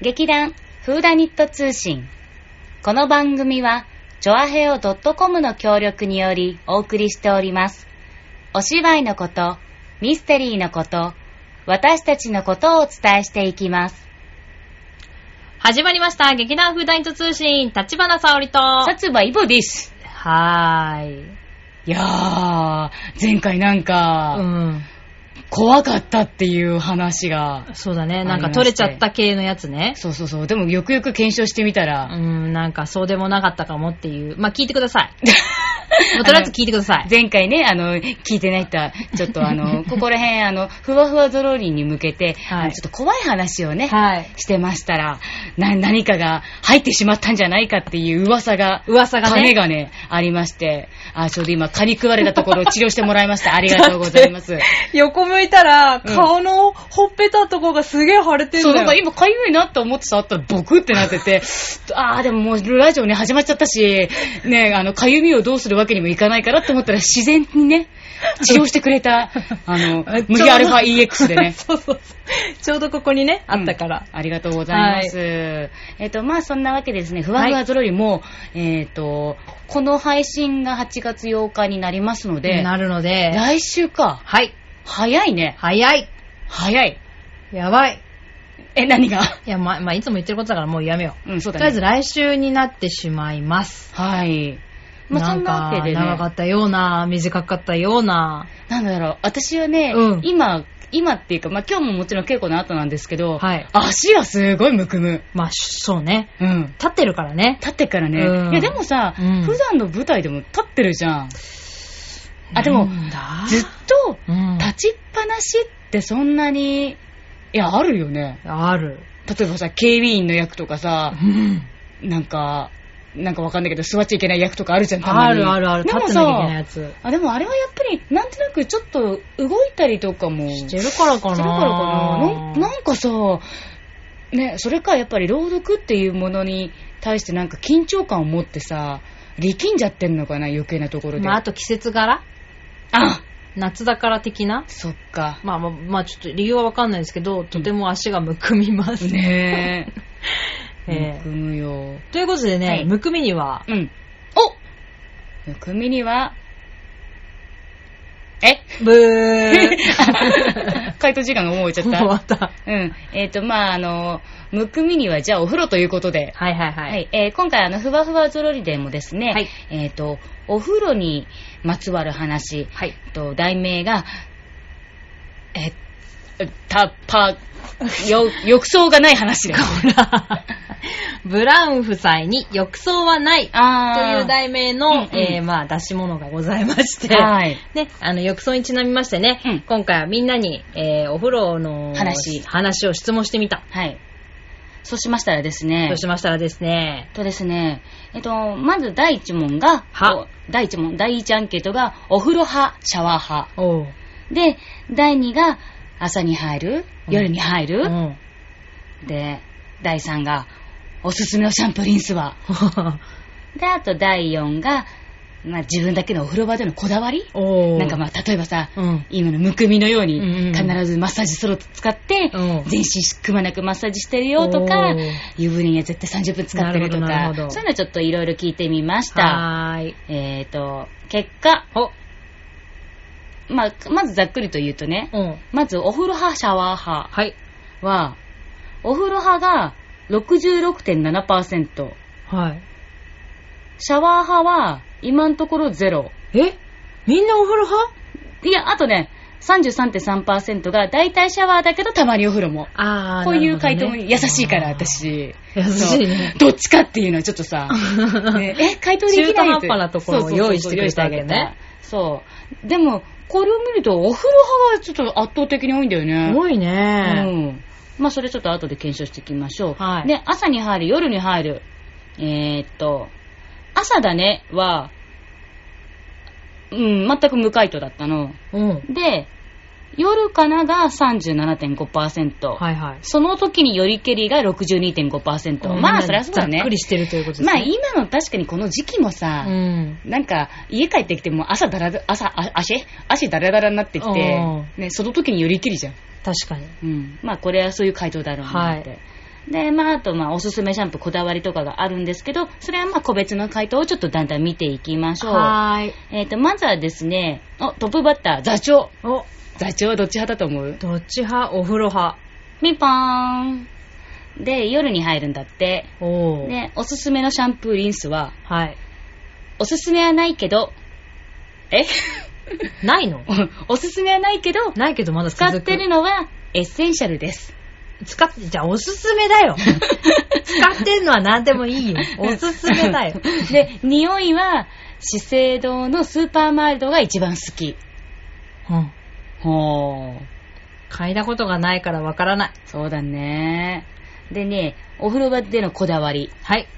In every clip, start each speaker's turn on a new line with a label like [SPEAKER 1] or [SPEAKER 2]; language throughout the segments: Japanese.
[SPEAKER 1] 劇団フーダニット通信。この番組は、チョアヘオ .com の協力によりお送りしております。お芝居のこと、ミステリーのこと、私たちのことをお伝えしていきます。
[SPEAKER 2] 始まりました。劇団フーダイント通信、立花沙織と。
[SPEAKER 1] 殺馬イボです。
[SPEAKER 2] はーい。
[SPEAKER 1] いやー、前回なん
[SPEAKER 2] う
[SPEAKER 1] か、
[SPEAKER 2] ん。
[SPEAKER 1] 怖かったっていう話が。
[SPEAKER 2] そうだね。
[SPEAKER 1] ありま
[SPEAKER 2] な
[SPEAKER 1] して
[SPEAKER 2] んか取れちゃった系のやつね。
[SPEAKER 1] そうそうそう。でもよくよく検証してみた
[SPEAKER 2] う
[SPEAKER 1] ら、
[SPEAKER 2] ん、なんかそうでもなかったかもっていう。まあ、聞いてください。 もうとりあえず聞いてください。
[SPEAKER 1] 前回ね、あの、聞いてない人は、ちょっとあ の、ここら辺、あの、ふわふわゾロリに向けて、
[SPEAKER 2] はい
[SPEAKER 1] あのちょっと怖い話をね、
[SPEAKER 2] はい。
[SPEAKER 1] してましたら、な、何かが入ってしまったんじゃないかっていう噂が、
[SPEAKER 2] 噂がね
[SPEAKER 1] 種がね、ありまして、あ、ちょうど今、蚊に食われたところを治療してもらいました。ありがとうございます。
[SPEAKER 2] 横向いたら、
[SPEAKER 1] 顔
[SPEAKER 2] のほっぺたとこがすげえ腫れて。
[SPEAKER 1] そう、なんか今、かゆいなって思って触ったら、ボクってなってて、あー、でももう、ラジオね、始まっちゃったし、ね、あの、かゆみをどうするわけにもいかないからって思ったら、自然にね、治療してくれた、あの、無理アルファ EX でね
[SPEAKER 2] そうそうそう。 ちょうどここにね、あったから。
[SPEAKER 1] うんありがとうございます。えっ、と、まあ、そんなわけでですね、ふわふわぞろりも、えっ、と、この配信が8月8日になりますので、
[SPEAKER 2] なるので、
[SPEAKER 1] 来週か。
[SPEAKER 2] はい。
[SPEAKER 1] 早いね。
[SPEAKER 2] 早い。
[SPEAKER 1] 早い。
[SPEAKER 2] やばい。
[SPEAKER 1] え、何が
[SPEAKER 2] いや、ま、まあ、いつも言ってることだからもうやめよう。
[SPEAKER 1] うん、そう
[SPEAKER 2] と
[SPEAKER 1] だ
[SPEAKER 2] りあえず
[SPEAKER 1] ね。
[SPEAKER 2] 来週になってしまいます。
[SPEAKER 1] はい。まあ、そんなわけでね。
[SPEAKER 2] なんか長かったような、短かったような。
[SPEAKER 1] なんだろう、私はね、
[SPEAKER 2] うん
[SPEAKER 1] 今、今っていうか、まあ今日ももちろん稽古の後なんですけど、
[SPEAKER 2] はい
[SPEAKER 1] 足がすごいむくむ。
[SPEAKER 2] まあ、しそうね。
[SPEAKER 1] うん。
[SPEAKER 2] 立ってるからね。
[SPEAKER 1] 立ってっからね。
[SPEAKER 2] うん
[SPEAKER 1] いやでもさ、
[SPEAKER 2] うん
[SPEAKER 1] 普段の舞台でも立ってるじゃん。あ、で
[SPEAKER 2] な
[SPEAKER 1] も、
[SPEAKER 2] んだ
[SPEAKER 1] ずっと
[SPEAKER 2] うん。
[SPEAKER 1] 立ちっぱなしってそんなに、いや、あるよね。
[SPEAKER 2] ある。
[SPEAKER 1] 例えばさ、警備員の役とかさ、なんか、なんかわかんないけど、座っちゃいけない役とかあるじゃん、たま
[SPEAKER 2] あ
[SPEAKER 1] に
[SPEAKER 2] るあるある。
[SPEAKER 1] で
[SPEAKER 2] 立っ
[SPEAKER 1] も
[SPEAKER 2] てなきゃいけない
[SPEAKER 1] さ
[SPEAKER 2] や、つ。
[SPEAKER 1] あ、でもあれはやっぱり、なんとなくちょっと動いたりとかも
[SPEAKER 2] してるからかな。
[SPEAKER 1] してるからかな。なんなんかさ、ね、それかやっぱり朗読っていうものに対してなんか緊張感を持ってさ、力んじゃってんのかな、余計なところで。
[SPEAKER 2] まあ、あと季節柄
[SPEAKER 1] あ
[SPEAKER 2] 夏だから的な
[SPEAKER 1] そっか。
[SPEAKER 2] まあまあ、まあ、ちょっと理由はわかんないですけど、とても足がむくみます。
[SPEAKER 1] ねえ。
[SPEAKER 2] え
[SPEAKER 1] むくむよ。
[SPEAKER 2] ということでね、
[SPEAKER 1] はい
[SPEAKER 2] むくみには、
[SPEAKER 1] うん。おむくみには、え
[SPEAKER 2] ブー
[SPEAKER 1] 回答時間がもう終
[SPEAKER 2] 終
[SPEAKER 1] わっちゃっ
[SPEAKER 2] わった。は
[SPEAKER 1] た。うん。えっ、と、まあ、あの、むくみにはじゃあお風呂ということで。
[SPEAKER 2] いはいはい。
[SPEAKER 1] はい、えー今回あの、ふわふわゾロリでもですね、
[SPEAKER 2] はい
[SPEAKER 1] えっ、と、お風呂にまつわる話、
[SPEAKER 2] はい。
[SPEAKER 1] えっと、題名が、え、た、ぱ、 よ、浴槽がない話です。
[SPEAKER 2] ブラウン夫妻に浴槽はないと
[SPEAKER 1] あ
[SPEAKER 2] いう
[SPEAKER 1] 題
[SPEAKER 2] 題名の、
[SPEAKER 1] うんうん
[SPEAKER 2] えーまあ、出し物がございまして、
[SPEAKER 1] はい。
[SPEAKER 2] ね、あの、浴槽にちなみましてね、
[SPEAKER 1] うん
[SPEAKER 2] 今回はみんなに、えーお風呂の
[SPEAKER 1] 話
[SPEAKER 2] 話を質問してみた。
[SPEAKER 1] はい。そうしましたらですね
[SPEAKER 2] そう、しましたらですね、
[SPEAKER 1] とですね、えっと、まず第一問が、
[SPEAKER 2] は
[SPEAKER 1] お第一問、第一アンケートが、お風呂派、シャワー派。
[SPEAKER 2] おう。
[SPEAKER 1] で、第二が、朝に入る、
[SPEAKER 2] うん
[SPEAKER 1] 夜に入る、
[SPEAKER 2] ん。
[SPEAKER 1] で、第3が、おすすめのシャンプリンスは。で、あと第4が、まあ、自分だけのお風呂場でのこだわり
[SPEAKER 2] おう。
[SPEAKER 1] なんかまあ、例えばさ、
[SPEAKER 2] うん。
[SPEAKER 1] 今のむくみのように
[SPEAKER 2] うんうんう、ん
[SPEAKER 1] 必ずマッサージソロ使って、
[SPEAKER 2] うん
[SPEAKER 1] 全身くまなくマッサージしてるよとか
[SPEAKER 2] おー、
[SPEAKER 1] 湯船には絶対30分使ってるとか
[SPEAKER 2] なるほどなるほ、ど
[SPEAKER 1] そういうのちょっといろいろ聞いてみました。
[SPEAKER 2] はーい。
[SPEAKER 1] えっ、と、結果、
[SPEAKER 2] お、
[SPEAKER 1] まあ、まずざっくりと言うとね、
[SPEAKER 2] うん。
[SPEAKER 1] まずお風呂派、シャワー派。
[SPEAKER 2] はい。
[SPEAKER 1] は、お風呂派が66.7%、
[SPEAKER 2] はい。
[SPEAKER 1] シャワー派は今のところゼロ。
[SPEAKER 2] えみんなお風呂派
[SPEAKER 1] いや、あとね、33.3%が大体シャワーだけどたまにお風呂も。
[SPEAKER 2] あー
[SPEAKER 1] こういう
[SPEAKER 2] な
[SPEAKER 1] 回
[SPEAKER 2] るほ
[SPEAKER 1] 答
[SPEAKER 2] ど
[SPEAKER 1] も
[SPEAKER 2] ね
[SPEAKER 1] 優しいから、
[SPEAKER 2] あー
[SPEAKER 1] 私。
[SPEAKER 2] 優しいね。
[SPEAKER 1] そうどっちかっていうのはちょっとさ、ねえ、回答できない
[SPEAKER 2] 中途半端なところを
[SPEAKER 1] そうそうそう
[SPEAKER 2] 用意してくれたわけね。
[SPEAKER 1] そう。でも、これを見るとお風呂派がちょっと圧倒的に多いんだよね。
[SPEAKER 2] 多いうね。
[SPEAKER 1] ん。まあ、それちょっと後で検証していきましょう。
[SPEAKER 2] はい
[SPEAKER 1] で、朝に入る、夜に入る。えー、っと、朝だねは、うん、全く無回答だったの。
[SPEAKER 2] うん。
[SPEAKER 1] で、夜かなが37.5%。
[SPEAKER 2] はいはい。
[SPEAKER 1] その時によりけりが62.5%。まあ、そりゃそうだ
[SPEAKER 2] ざ
[SPEAKER 1] ね
[SPEAKER 2] っく。りしてるということです
[SPEAKER 1] まあ、
[SPEAKER 2] ね。
[SPEAKER 1] 今の確かにこの時期もさ、
[SPEAKER 2] うん。
[SPEAKER 1] なんか、家帰ってきても朝だらだ、朝、あ足足だらだらになってきて
[SPEAKER 2] うん、
[SPEAKER 1] ね、その時によりけりじゃん。
[SPEAKER 2] 確かに。
[SPEAKER 1] うん、まあこれはそういう回答だろうなって。で、まあ、あと、まあ、おすすめシャンプーこだわりとかがあるんですけど、それはまあ、個別の回答をちょっとだんだん見ていきましょう。
[SPEAKER 2] はーい。
[SPEAKER 1] えっ、と、まずはですね、お、トップバッター、座長。
[SPEAKER 2] お、
[SPEAKER 1] 座長はどっち派だと思う
[SPEAKER 2] どっち派お風呂派。
[SPEAKER 1] ピンポーン。で、夜に入るんだって。
[SPEAKER 2] おー。
[SPEAKER 1] で、おすすめのシャンプーリンスは、
[SPEAKER 2] はい。
[SPEAKER 1] おすすめはないけど、え
[SPEAKER 2] ないの
[SPEAKER 1] おすすめはないけど、
[SPEAKER 2] ないけどまだ
[SPEAKER 1] 使
[SPEAKER 2] 続く。
[SPEAKER 1] ってるのはエッセンシャルです。
[SPEAKER 2] 使って、じゃあおすすめだ よ。使ってんのは何でもいいよ。おすすめだよ。
[SPEAKER 1] で、匂いは資生堂のスーパーマイルドが一番好き。
[SPEAKER 2] うん。
[SPEAKER 1] ほー。
[SPEAKER 2] 嗅いだことがないからわからない。
[SPEAKER 1] そうだね。でね、お風呂場でのこだわり。
[SPEAKER 2] はい。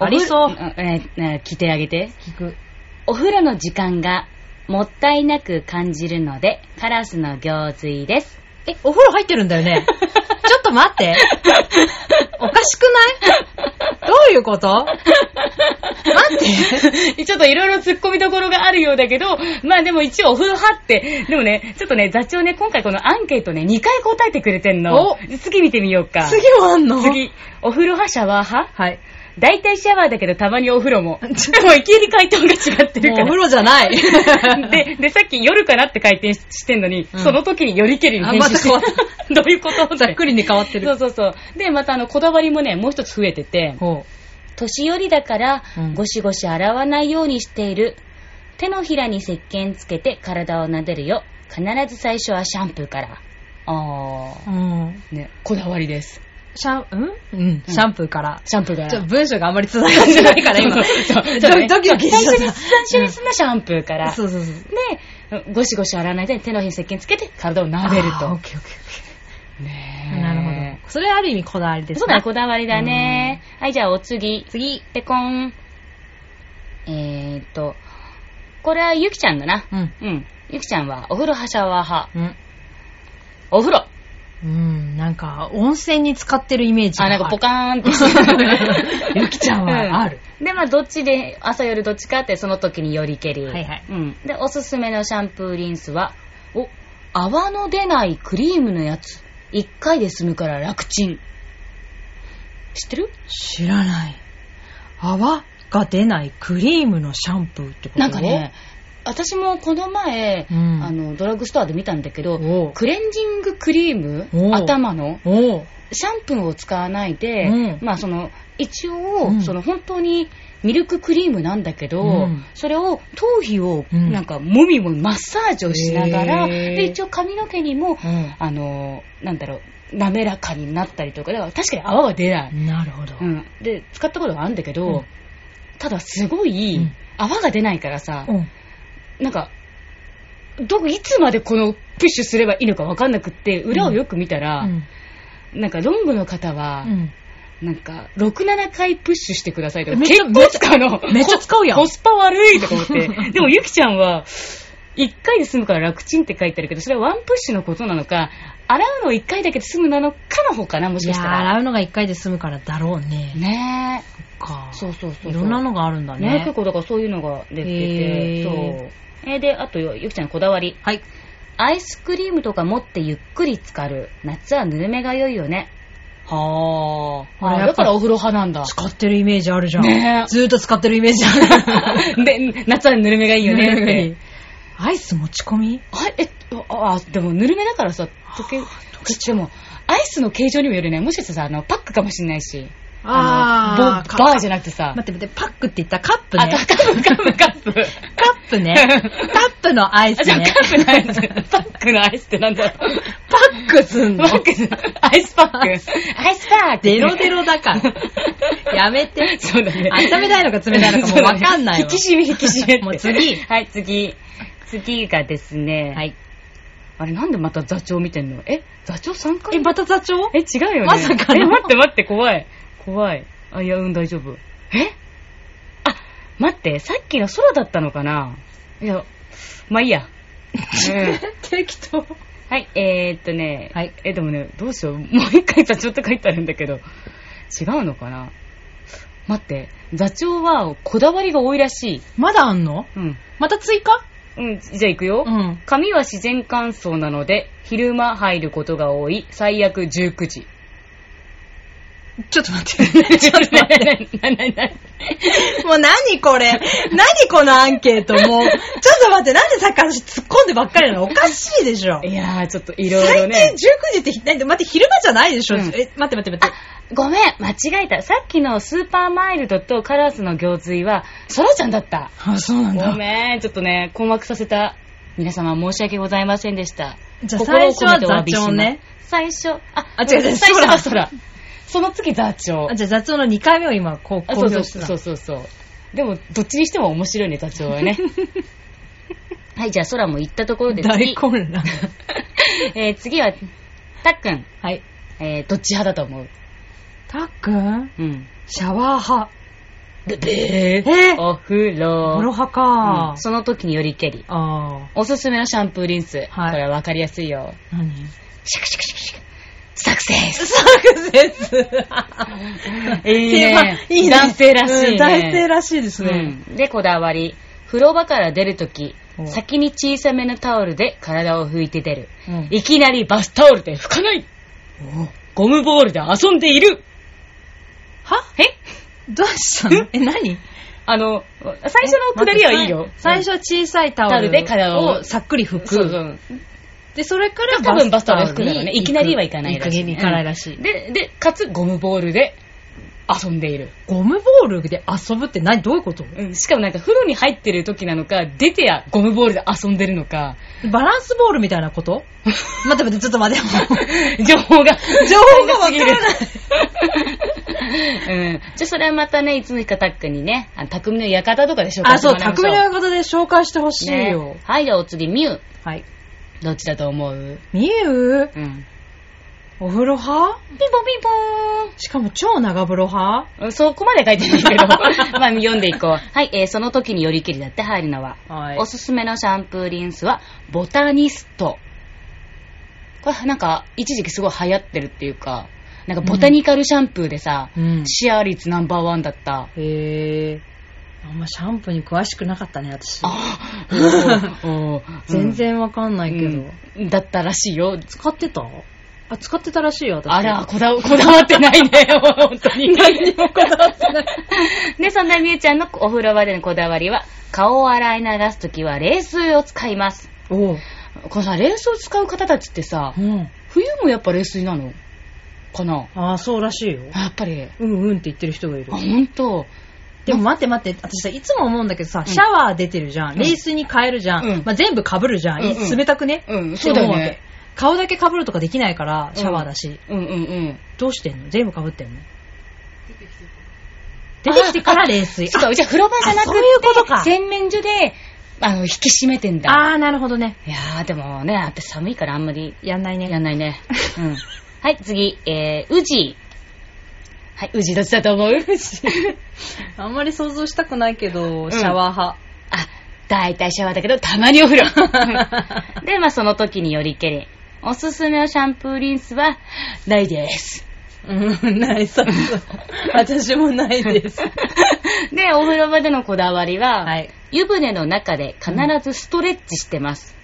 [SPEAKER 1] お
[SPEAKER 2] あ
[SPEAKER 1] 風
[SPEAKER 2] り
[SPEAKER 1] 呂
[SPEAKER 2] そう
[SPEAKER 1] うん。ええ聞いてあげて。
[SPEAKER 2] 聞く。
[SPEAKER 1] お風呂の時間がもったいなく感じるので、カラスの行水です。
[SPEAKER 2] え、お風呂入ってるんだよね。ちょっと待って。おかしくないどういうこと待っ て。
[SPEAKER 1] ちょっといろいろ突っ込みどころがあるようだけど、まあでも一応お風呂派って、でもね、ちょっとね、座長ね、今回このアンケートね、2回答えてくれてんの
[SPEAKER 2] お。
[SPEAKER 1] 次見てみようか。
[SPEAKER 2] 次もあんの。
[SPEAKER 1] 次。お風呂派、シャワー派
[SPEAKER 2] はい。
[SPEAKER 1] 大体シャワーだけどたまにお風呂も。 もういきなり回答が違ってる
[SPEAKER 2] もう
[SPEAKER 1] か
[SPEAKER 2] お
[SPEAKER 1] ら。
[SPEAKER 2] 風呂じゃな い。
[SPEAKER 1] で、で、さっき夜かなって回転ししてんのに、
[SPEAKER 2] うん
[SPEAKER 1] その時によりけりに
[SPEAKER 2] あ
[SPEAKER 1] 変
[SPEAKER 2] ま
[SPEAKER 1] 身
[SPEAKER 2] た
[SPEAKER 1] して、
[SPEAKER 2] 変わっ
[SPEAKER 1] どういうこと
[SPEAKER 2] ざっくりに変わって
[SPEAKER 1] そう
[SPEAKER 2] る。
[SPEAKER 1] そうそう。で、またあの、こだわりもね、もう一つ増えてて、
[SPEAKER 2] ほ
[SPEAKER 1] 年寄りだから
[SPEAKER 2] うん、
[SPEAKER 1] ゴシゴシ洗わないようにしている。手のひらに石鹸つけて体を撫でるよ。必ず最初はシャンプーから。あ
[SPEAKER 2] う。うん。
[SPEAKER 1] ー。ね、こだわりです。
[SPEAKER 2] シャン、んうん。シャンプーから。
[SPEAKER 1] シャンプーから。
[SPEAKER 2] ちょ、文章があんまり繋がってないから今。 ドドキドキしちゃ
[SPEAKER 1] 最初に、
[SPEAKER 2] っ
[SPEAKER 1] 最
[SPEAKER 2] た。
[SPEAKER 1] 初にすんなシャンプーから。
[SPEAKER 2] そうそうそう。
[SPEAKER 1] で、ゴシゴシ洗わないで手のひらに石鹸つけて体を撫でる
[SPEAKER 2] あーオ
[SPEAKER 1] と
[SPEAKER 2] ッ。ケーオッケーオッケー。
[SPEAKER 1] ね
[SPEAKER 2] なるほど。それある意味こだわりですね。
[SPEAKER 1] そうだね、こだわりだね。はい、じゃあお次。
[SPEAKER 2] 次。
[SPEAKER 1] ペコン。えーっと、これはゆきちゃんだな。
[SPEAKER 2] うん。
[SPEAKER 1] うん。ゆきちゃんはお風呂派シャワー派。
[SPEAKER 2] うん。
[SPEAKER 1] お風呂。
[SPEAKER 2] うん、なんか、温泉に使ってるイメージが
[SPEAKER 1] あ、
[SPEAKER 2] ある。
[SPEAKER 1] なんかポカーンって してる。
[SPEAKER 2] ゆきちゃんはある。
[SPEAKER 1] うん。で、まあ、どっちで、朝夜どっちかって、その時によりけり。
[SPEAKER 2] はいはい
[SPEAKER 1] うん。で、おすすめのシャンプーリンスは、お、泡の出ないクリームのやつ。一回で済むから楽ちん。知ってる
[SPEAKER 2] 知らない。泡が出ないクリームのシャンプーってこと
[SPEAKER 1] なんかね、、私もこの前、
[SPEAKER 2] うん
[SPEAKER 1] あの、ドラッグストアで見たんだけど、
[SPEAKER 2] おう
[SPEAKER 1] クレンジングクリー
[SPEAKER 2] おう
[SPEAKER 1] ム頭の
[SPEAKER 2] おう
[SPEAKER 1] シャンプーを使わないで、
[SPEAKER 2] うん
[SPEAKER 1] まあその、一応、
[SPEAKER 2] うん
[SPEAKER 1] その本当にミルククリームなんだけど、
[SPEAKER 2] うん
[SPEAKER 1] それを頭皮を
[SPEAKER 2] うん
[SPEAKER 1] なんかもみもみマッサージをしながら、
[SPEAKER 2] へー
[SPEAKER 1] で一応髪の毛にも、
[SPEAKER 2] うん
[SPEAKER 1] あの、なんだろう、滑らかになったりとか、だから確かに泡は出ない。
[SPEAKER 2] なるほど。
[SPEAKER 1] うん。で、使ったことがあるんだけど、
[SPEAKER 2] うん
[SPEAKER 1] ただすごい、
[SPEAKER 2] うん
[SPEAKER 1] 泡が出ないからさ、
[SPEAKER 2] うん
[SPEAKER 1] なんか、ど、いつまでこのプッシュすればいいのかわかんなくって、裏をよく見たら、
[SPEAKER 2] うん
[SPEAKER 1] なんかロングの方は、なんか、6、7回プッシュしてくださいとか、
[SPEAKER 2] めっち
[SPEAKER 1] 結
[SPEAKER 2] ゃ
[SPEAKER 1] 構使うの。
[SPEAKER 2] めっちゃ使うやん
[SPEAKER 1] コスパ悪いとか思 って。でも、ゆきちゃんは、1回で済むから楽ちんって書いてあるけど、それはワンプッシュのことなのか、洗うの1回だけで済むなのかの方かな、も
[SPEAKER 2] い
[SPEAKER 1] しか
[SPEAKER 2] や
[SPEAKER 1] した
[SPEAKER 2] ー、
[SPEAKER 1] ら。
[SPEAKER 2] 洗うのが一回で済むからだろうね。
[SPEAKER 1] ねえ。
[SPEAKER 2] か。
[SPEAKER 1] そうそうそうそう。
[SPEAKER 2] いろんなのがあるんだ
[SPEAKER 1] ね
[SPEAKER 2] ね
[SPEAKER 1] 結。構だからそういうのが出てて、
[SPEAKER 2] へー
[SPEAKER 1] そう。えーで、あとよ、ゆきちゃんのこだわり。
[SPEAKER 2] はい。
[SPEAKER 1] アイスクリームとか持ってゆっくり浸かる。夏はぬるめが良いよね。は
[SPEAKER 2] あれやっぱ
[SPEAKER 1] だからお風呂派 なんだ。
[SPEAKER 2] 使ってるイメージあるじゃん。
[SPEAKER 1] ねえ
[SPEAKER 2] ずーっと使ってるイメージ ある。
[SPEAKER 1] で、夏はぬるめがいい よねって。
[SPEAKER 2] アイス持ち込み
[SPEAKER 1] はい、え、あ、あでもぬるめだからさ、溶け、溶けでも、アイスの形状にもよるね。もしかしたらさ、あの、パックかもしれないし。
[SPEAKER 2] あー
[SPEAKER 1] のボバーじゃなくてさ。
[SPEAKER 2] 待って待って、パックって言ったらカップ
[SPEAKER 1] あ、
[SPEAKER 2] ね。
[SPEAKER 1] カップ、カップ、カップ。
[SPEAKER 2] カッ プね。カップのアイ
[SPEAKER 1] あ、
[SPEAKER 2] ス
[SPEAKER 1] じゃあ
[SPEAKER 2] ね。
[SPEAKER 1] カップのアイス。パックのアイスってなんだろう。
[SPEAKER 2] パックすん
[SPEAKER 1] パ
[SPEAKER 2] の。
[SPEAKER 1] ックの、アイスパック。アイスパック。
[SPEAKER 2] デロデロだ から。やめて。
[SPEAKER 1] そうだね。
[SPEAKER 2] 温めたいのか冷たいのかもうわかんない
[SPEAKER 1] 引
[SPEAKER 2] わ。
[SPEAKER 1] き締め、引き締めって。
[SPEAKER 2] もう次
[SPEAKER 1] はい、次。次がですね。
[SPEAKER 2] はい。
[SPEAKER 1] あれ、なんでまた座長見てんのえ、座長3回
[SPEAKER 2] え、また座長
[SPEAKER 1] え、違うよね。
[SPEAKER 2] まさかの
[SPEAKER 1] え、待って待って、怖い。怖い。あ、いや、うん、大丈夫。えあ、待って、さっきの空だったのかないや、まあいい や。うん
[SPEAKER 2] 適当。
[SPEAKER 1] はい、えー、っとね、
[SPEAKER 2] はい
[SPEAKER 1] え、でもね、どうしよう。もう一回座長って書いてあるんだけど、違うのかな待って、座長はこだわりが多いらしい。
[SPEAKER 2] まだあんの
[SPEAKER 1] うん。
[SPEAKER 2] また追加
[SPEAKER 1] うん、じゃあ行くよ。
[SPEAKER 2] ん。
[SPEAKER 1] 髪は自然乾燥なので、昼間入ることが多い、最悪19時。
[SPEAKER 2] ちょっと待 って。ちょっと待って。
[SPEAKER 1] なななな
[SPEAKER 2] もう何これ何このアンケートもう。ちょっと待って、なんでさっきから突っ込んでばっかりなのおかしいでしょ。
[SPEAKER 1] いやー、ちょっといろいろね
[SPEAKER 2] 最。低19時って、待って、昼間じゃないでしょ、
[SPEAKER 1] うん
[SPEAKER 2] え、待って待って待っ
[SPEAKER 1] あ、ごめん、間違えた。さっきのスーパーマイルドとカラスの行水は、ソラちゃんだった。
[SPEAKER 2] て。あ、そうな
[SPEAKER 1] ごめん、ちょっとね、困惑させた。皆様申し訳ございませんでした。
[SPEAKER 2] じゃあ
[SPEAKER 1] 心を込めてお詫びします
[SPEAKER 2] 最初は座長ね。
[SPEAKER 1] 最初、あ、
[SPEAKER 2] あ違う違う
[SPEAKER 1] 最初は
[SPEAKER 2] そ
[SPEAKER 1] そ
[SPEAKER 2] ら
[SPEAKER 1] ら。その次座長
[SPEAKER 2] あ。じゃあ雑音の2回目を今、こう、
[SPEAKER 1] あそ
[SPEAKER 2] 公
[SPEAKER 1] うそ
[SPEAKER 2] 表
[SPEAKER 1] う
[SPEAKER 2] して
[SPEAKER 1] そう
[SPEAKER 2] た。
[SPEAKER 1] そうそう。でも、どっちにしても面白いね、座長は ね。はい、じゃあ空も行ったところで
[SPEAKER 2] 大
[SPEAKER 1] 次。
[SPEAKER 2] 混乱。
[SPEAKER 1] えー次は、たっくん。
[SPEAKER 2] はい。
[SPEAKER 1] えーどっち派だと思う
[SPEAKER 2] たっくん
[SPEAKER 1] うん。
[SPEAKER 2] シャワー派。
[SPEAKER 1] で、で
[SPEAKER 2] え
[SPEAKER 1] お風呂。
[SPEAKER 2] ボロ派か
[SPEAKER 1] うん。その時によりけり。
[SPEAKER 2] あ
[SPEAKER 1] おすすめのシャンプーリンス。
[SPEAKER 2] はい
[SPEAKER 1] これはわかりやすいよ。
[SPEAKER 2] ー。何
[SPEAKER 1] シャクシャクシャクシャク。サクセス。
[SPEAKER 2] サクセス。
[SPEAKER 1] いい
[SPEAKER 2] 定番
[SPEAKER 1] ね。
[SPEAKER 2] いい ね
[SPEAKER 1] 男性らしいね。
[SPEAKER 2] うん男性らしいですね。
[SPEAKER 1] うんで、こだわり。風呂場から出るとき
[SPEAKER 2] お、
[SPEAKER 1] 先に小さめのタオルで体を拭いて出る。
[SPEAKER 2] うん
[SPEAKER 1] いきなりバスタオルで拭かないゴムボールで遊んでいる
[SPEAKER 2] は
[SPEAKER 1] え
[SPEAKER 2] どうしたのえ、何
[SPEAKER 1] あの、最初のくだりはいいよ。
[SPEAKER 2] 最初は小さいタオル
[SPEAKER 1] タオルで体を
[SPEAKER 2] さっくり拭く。
[SPEAKER 1] そうそう。
[SPEAKER 2] で、それから
[SPEAKER 1] 多分バスタオル
[SPEAKER 2] バ
[SPEAKER 1] 拭くだろうね。いきなりはいかないらしい、ね。
[SPEAKER 2] いかないらしい。
[SPEAKER 1] うんで、で、かつゴムボールで遊んでいる。
[SPEAKER 2] ゴムボールで遊ぶって何どういうこと
[SPEAKER 1] うん、しかもなんか風呂に入ってる時なのか、出てやゴムボールで遊んでるのか、
[SPEAKER 2] バランスボールみたいなこと待って待って、ちょっと待って。
[SPEAKER 1] 情報が、
[SPEAKER 2] 情報がわからない
[SPEAKER 1] 足りすぎる。うん。じゃあそれはまたね、いつの日かたっくんにね、あの匠の館とかで紹介
[SPEAKER 2] あ、
[SPEAKER 1] して
[SPEAKER 2] そう、
[SPEAKER 1] もらいましょ
[SPEAKER 2] 匠
[SPEAKER 1] う。
[SPEAKER 2] の方で紹介してほしいよ
[SPEAKER 1] ね。はい、じゃあお次、ミュウ。
[SPEAKER 2] はい。
[SPEAKER 1] どっちだと思う
[SPEAKER 2] みゆう
[SPEAKER 1] うん。
[SPEAKER 2] お風呂派
[SPEAKER 1] ピンポンピンポ
[SPEAKER 2] しかも超長風呂派
[SPEAKER 1] ーン。うんそこまで書いてない けど、まあ読んでいこう。はい、えー、その時によりきりだって入るのは、
[SPEAKER 2] は
[SPEAKER 1] おすすめのシャンプーリンスは、ボタニスト。これなんか、一時期すごい流行ってるっていうか、なんかボタニカルシャンプーでさ、
[SPEAKER 2] うん。
[SPEAKER 1] シェア率ナンバーワンだった。
[SPEAKER 2] へえ。あんまシャンプーに詳しくなかったね、私。
[SPEAKER 1] あー おーおー
[SPEAKER 2] 全然わかんな
[SPEAKER 1] う
[SPEAKER 2] い
[SPEAKER 1] ん
[SPEAKER 2] けど。
[SPEAKER 1] うんだったらしいよ。
[SPEAKER 2] 使ってたあ、使ってたらしいよ、私。
[SPEAKER 1] あら、こだわこだわってないね、 本当に。
[SPEAKER 2] 何にもこだわってない。
[SPEAKER 1] で、そんなみゆちゃんのお風呂場でのこだわりは、顔を洗い流すときは冷水を使います。
[SPEAKER 2] おう。
[SPEAKER 1] このさ、冷水を使う方たちってさ
[SPEAKER 2] う、ん。
[SPEAKER 1] 冬もやっぱ冷水なのかな
[SPEAKER 2] ああ、そうらしいよ。
[SPEAKER 1] やっぱり。あ、
[SPEAKER 2] うんうんって言ってる人がいる。
[SPEAKER 1] ほんと。
[SPEAKER 2] でも待って待って、私さ、いつも思うんだけどさ、シャワー出てるじゃん。
[SPEAKER 1] ん
[SPEAKER 2] 冷水に変えるじゃん。
[SPEAKER 1] うん
[SPEAKER 2] まあ、全部被るじゃん。い
[SPEAKER 1] うんうん
[SPEAKER 2] 冷たくね。
[SPEAKER 1] うん
[SPEAKER 2] って
[SPEAKER 1] そう
[SPEAKER 2] 思
[SPEAKER 1] だよ
[SPEAKER 2] わ
[SPEAKER 1] ね
[SPEAKER 2] け顔だけ被るとかできないから、シャワーだし。
[SPEAKER 1] うんうんうん。
[SPEAKER 2] どうしてんの全部被ってんの出てきてから冷 水。
[SPEAKER 1] そうか、じゃあ風呂場じゃなく
[SPEAKER 2] あそういうこと
[SPEAKER 1] て
[SPEAKER 2] か、
[SPEAKER 1] 洗面所で、あの、引き締めてんだ。
[SPEAKER 2] ああー、なるほどね。
[SPEAKER 1] いやー、でもね、私寒いからあんまり
[SPEAKER 2] やんないね。
[SPEAKER 1] やんないね。 うん。はい、次、えー、宇治。はい、宇治どっちだと思う
[SPEAKER 2] あんまり想像したくないけど、
[SPEAKER 1] ん
[SPEAKER 2] シャワー派。
[SPEAKER 1] あ、大体シャワーだけど、たまにお風呂。 で、まあその時によりけり。おすすめのシャンプーリンスは、ないです。
[SPEAKER 2] うん、 ない、そうそう。私もないです。
[SPEAKER 1] で、お風呂場でのこだわりは、
[SPEAKER 2] はい。
[SPEAKER 1] 湯船の中で必ずストレッチしてます。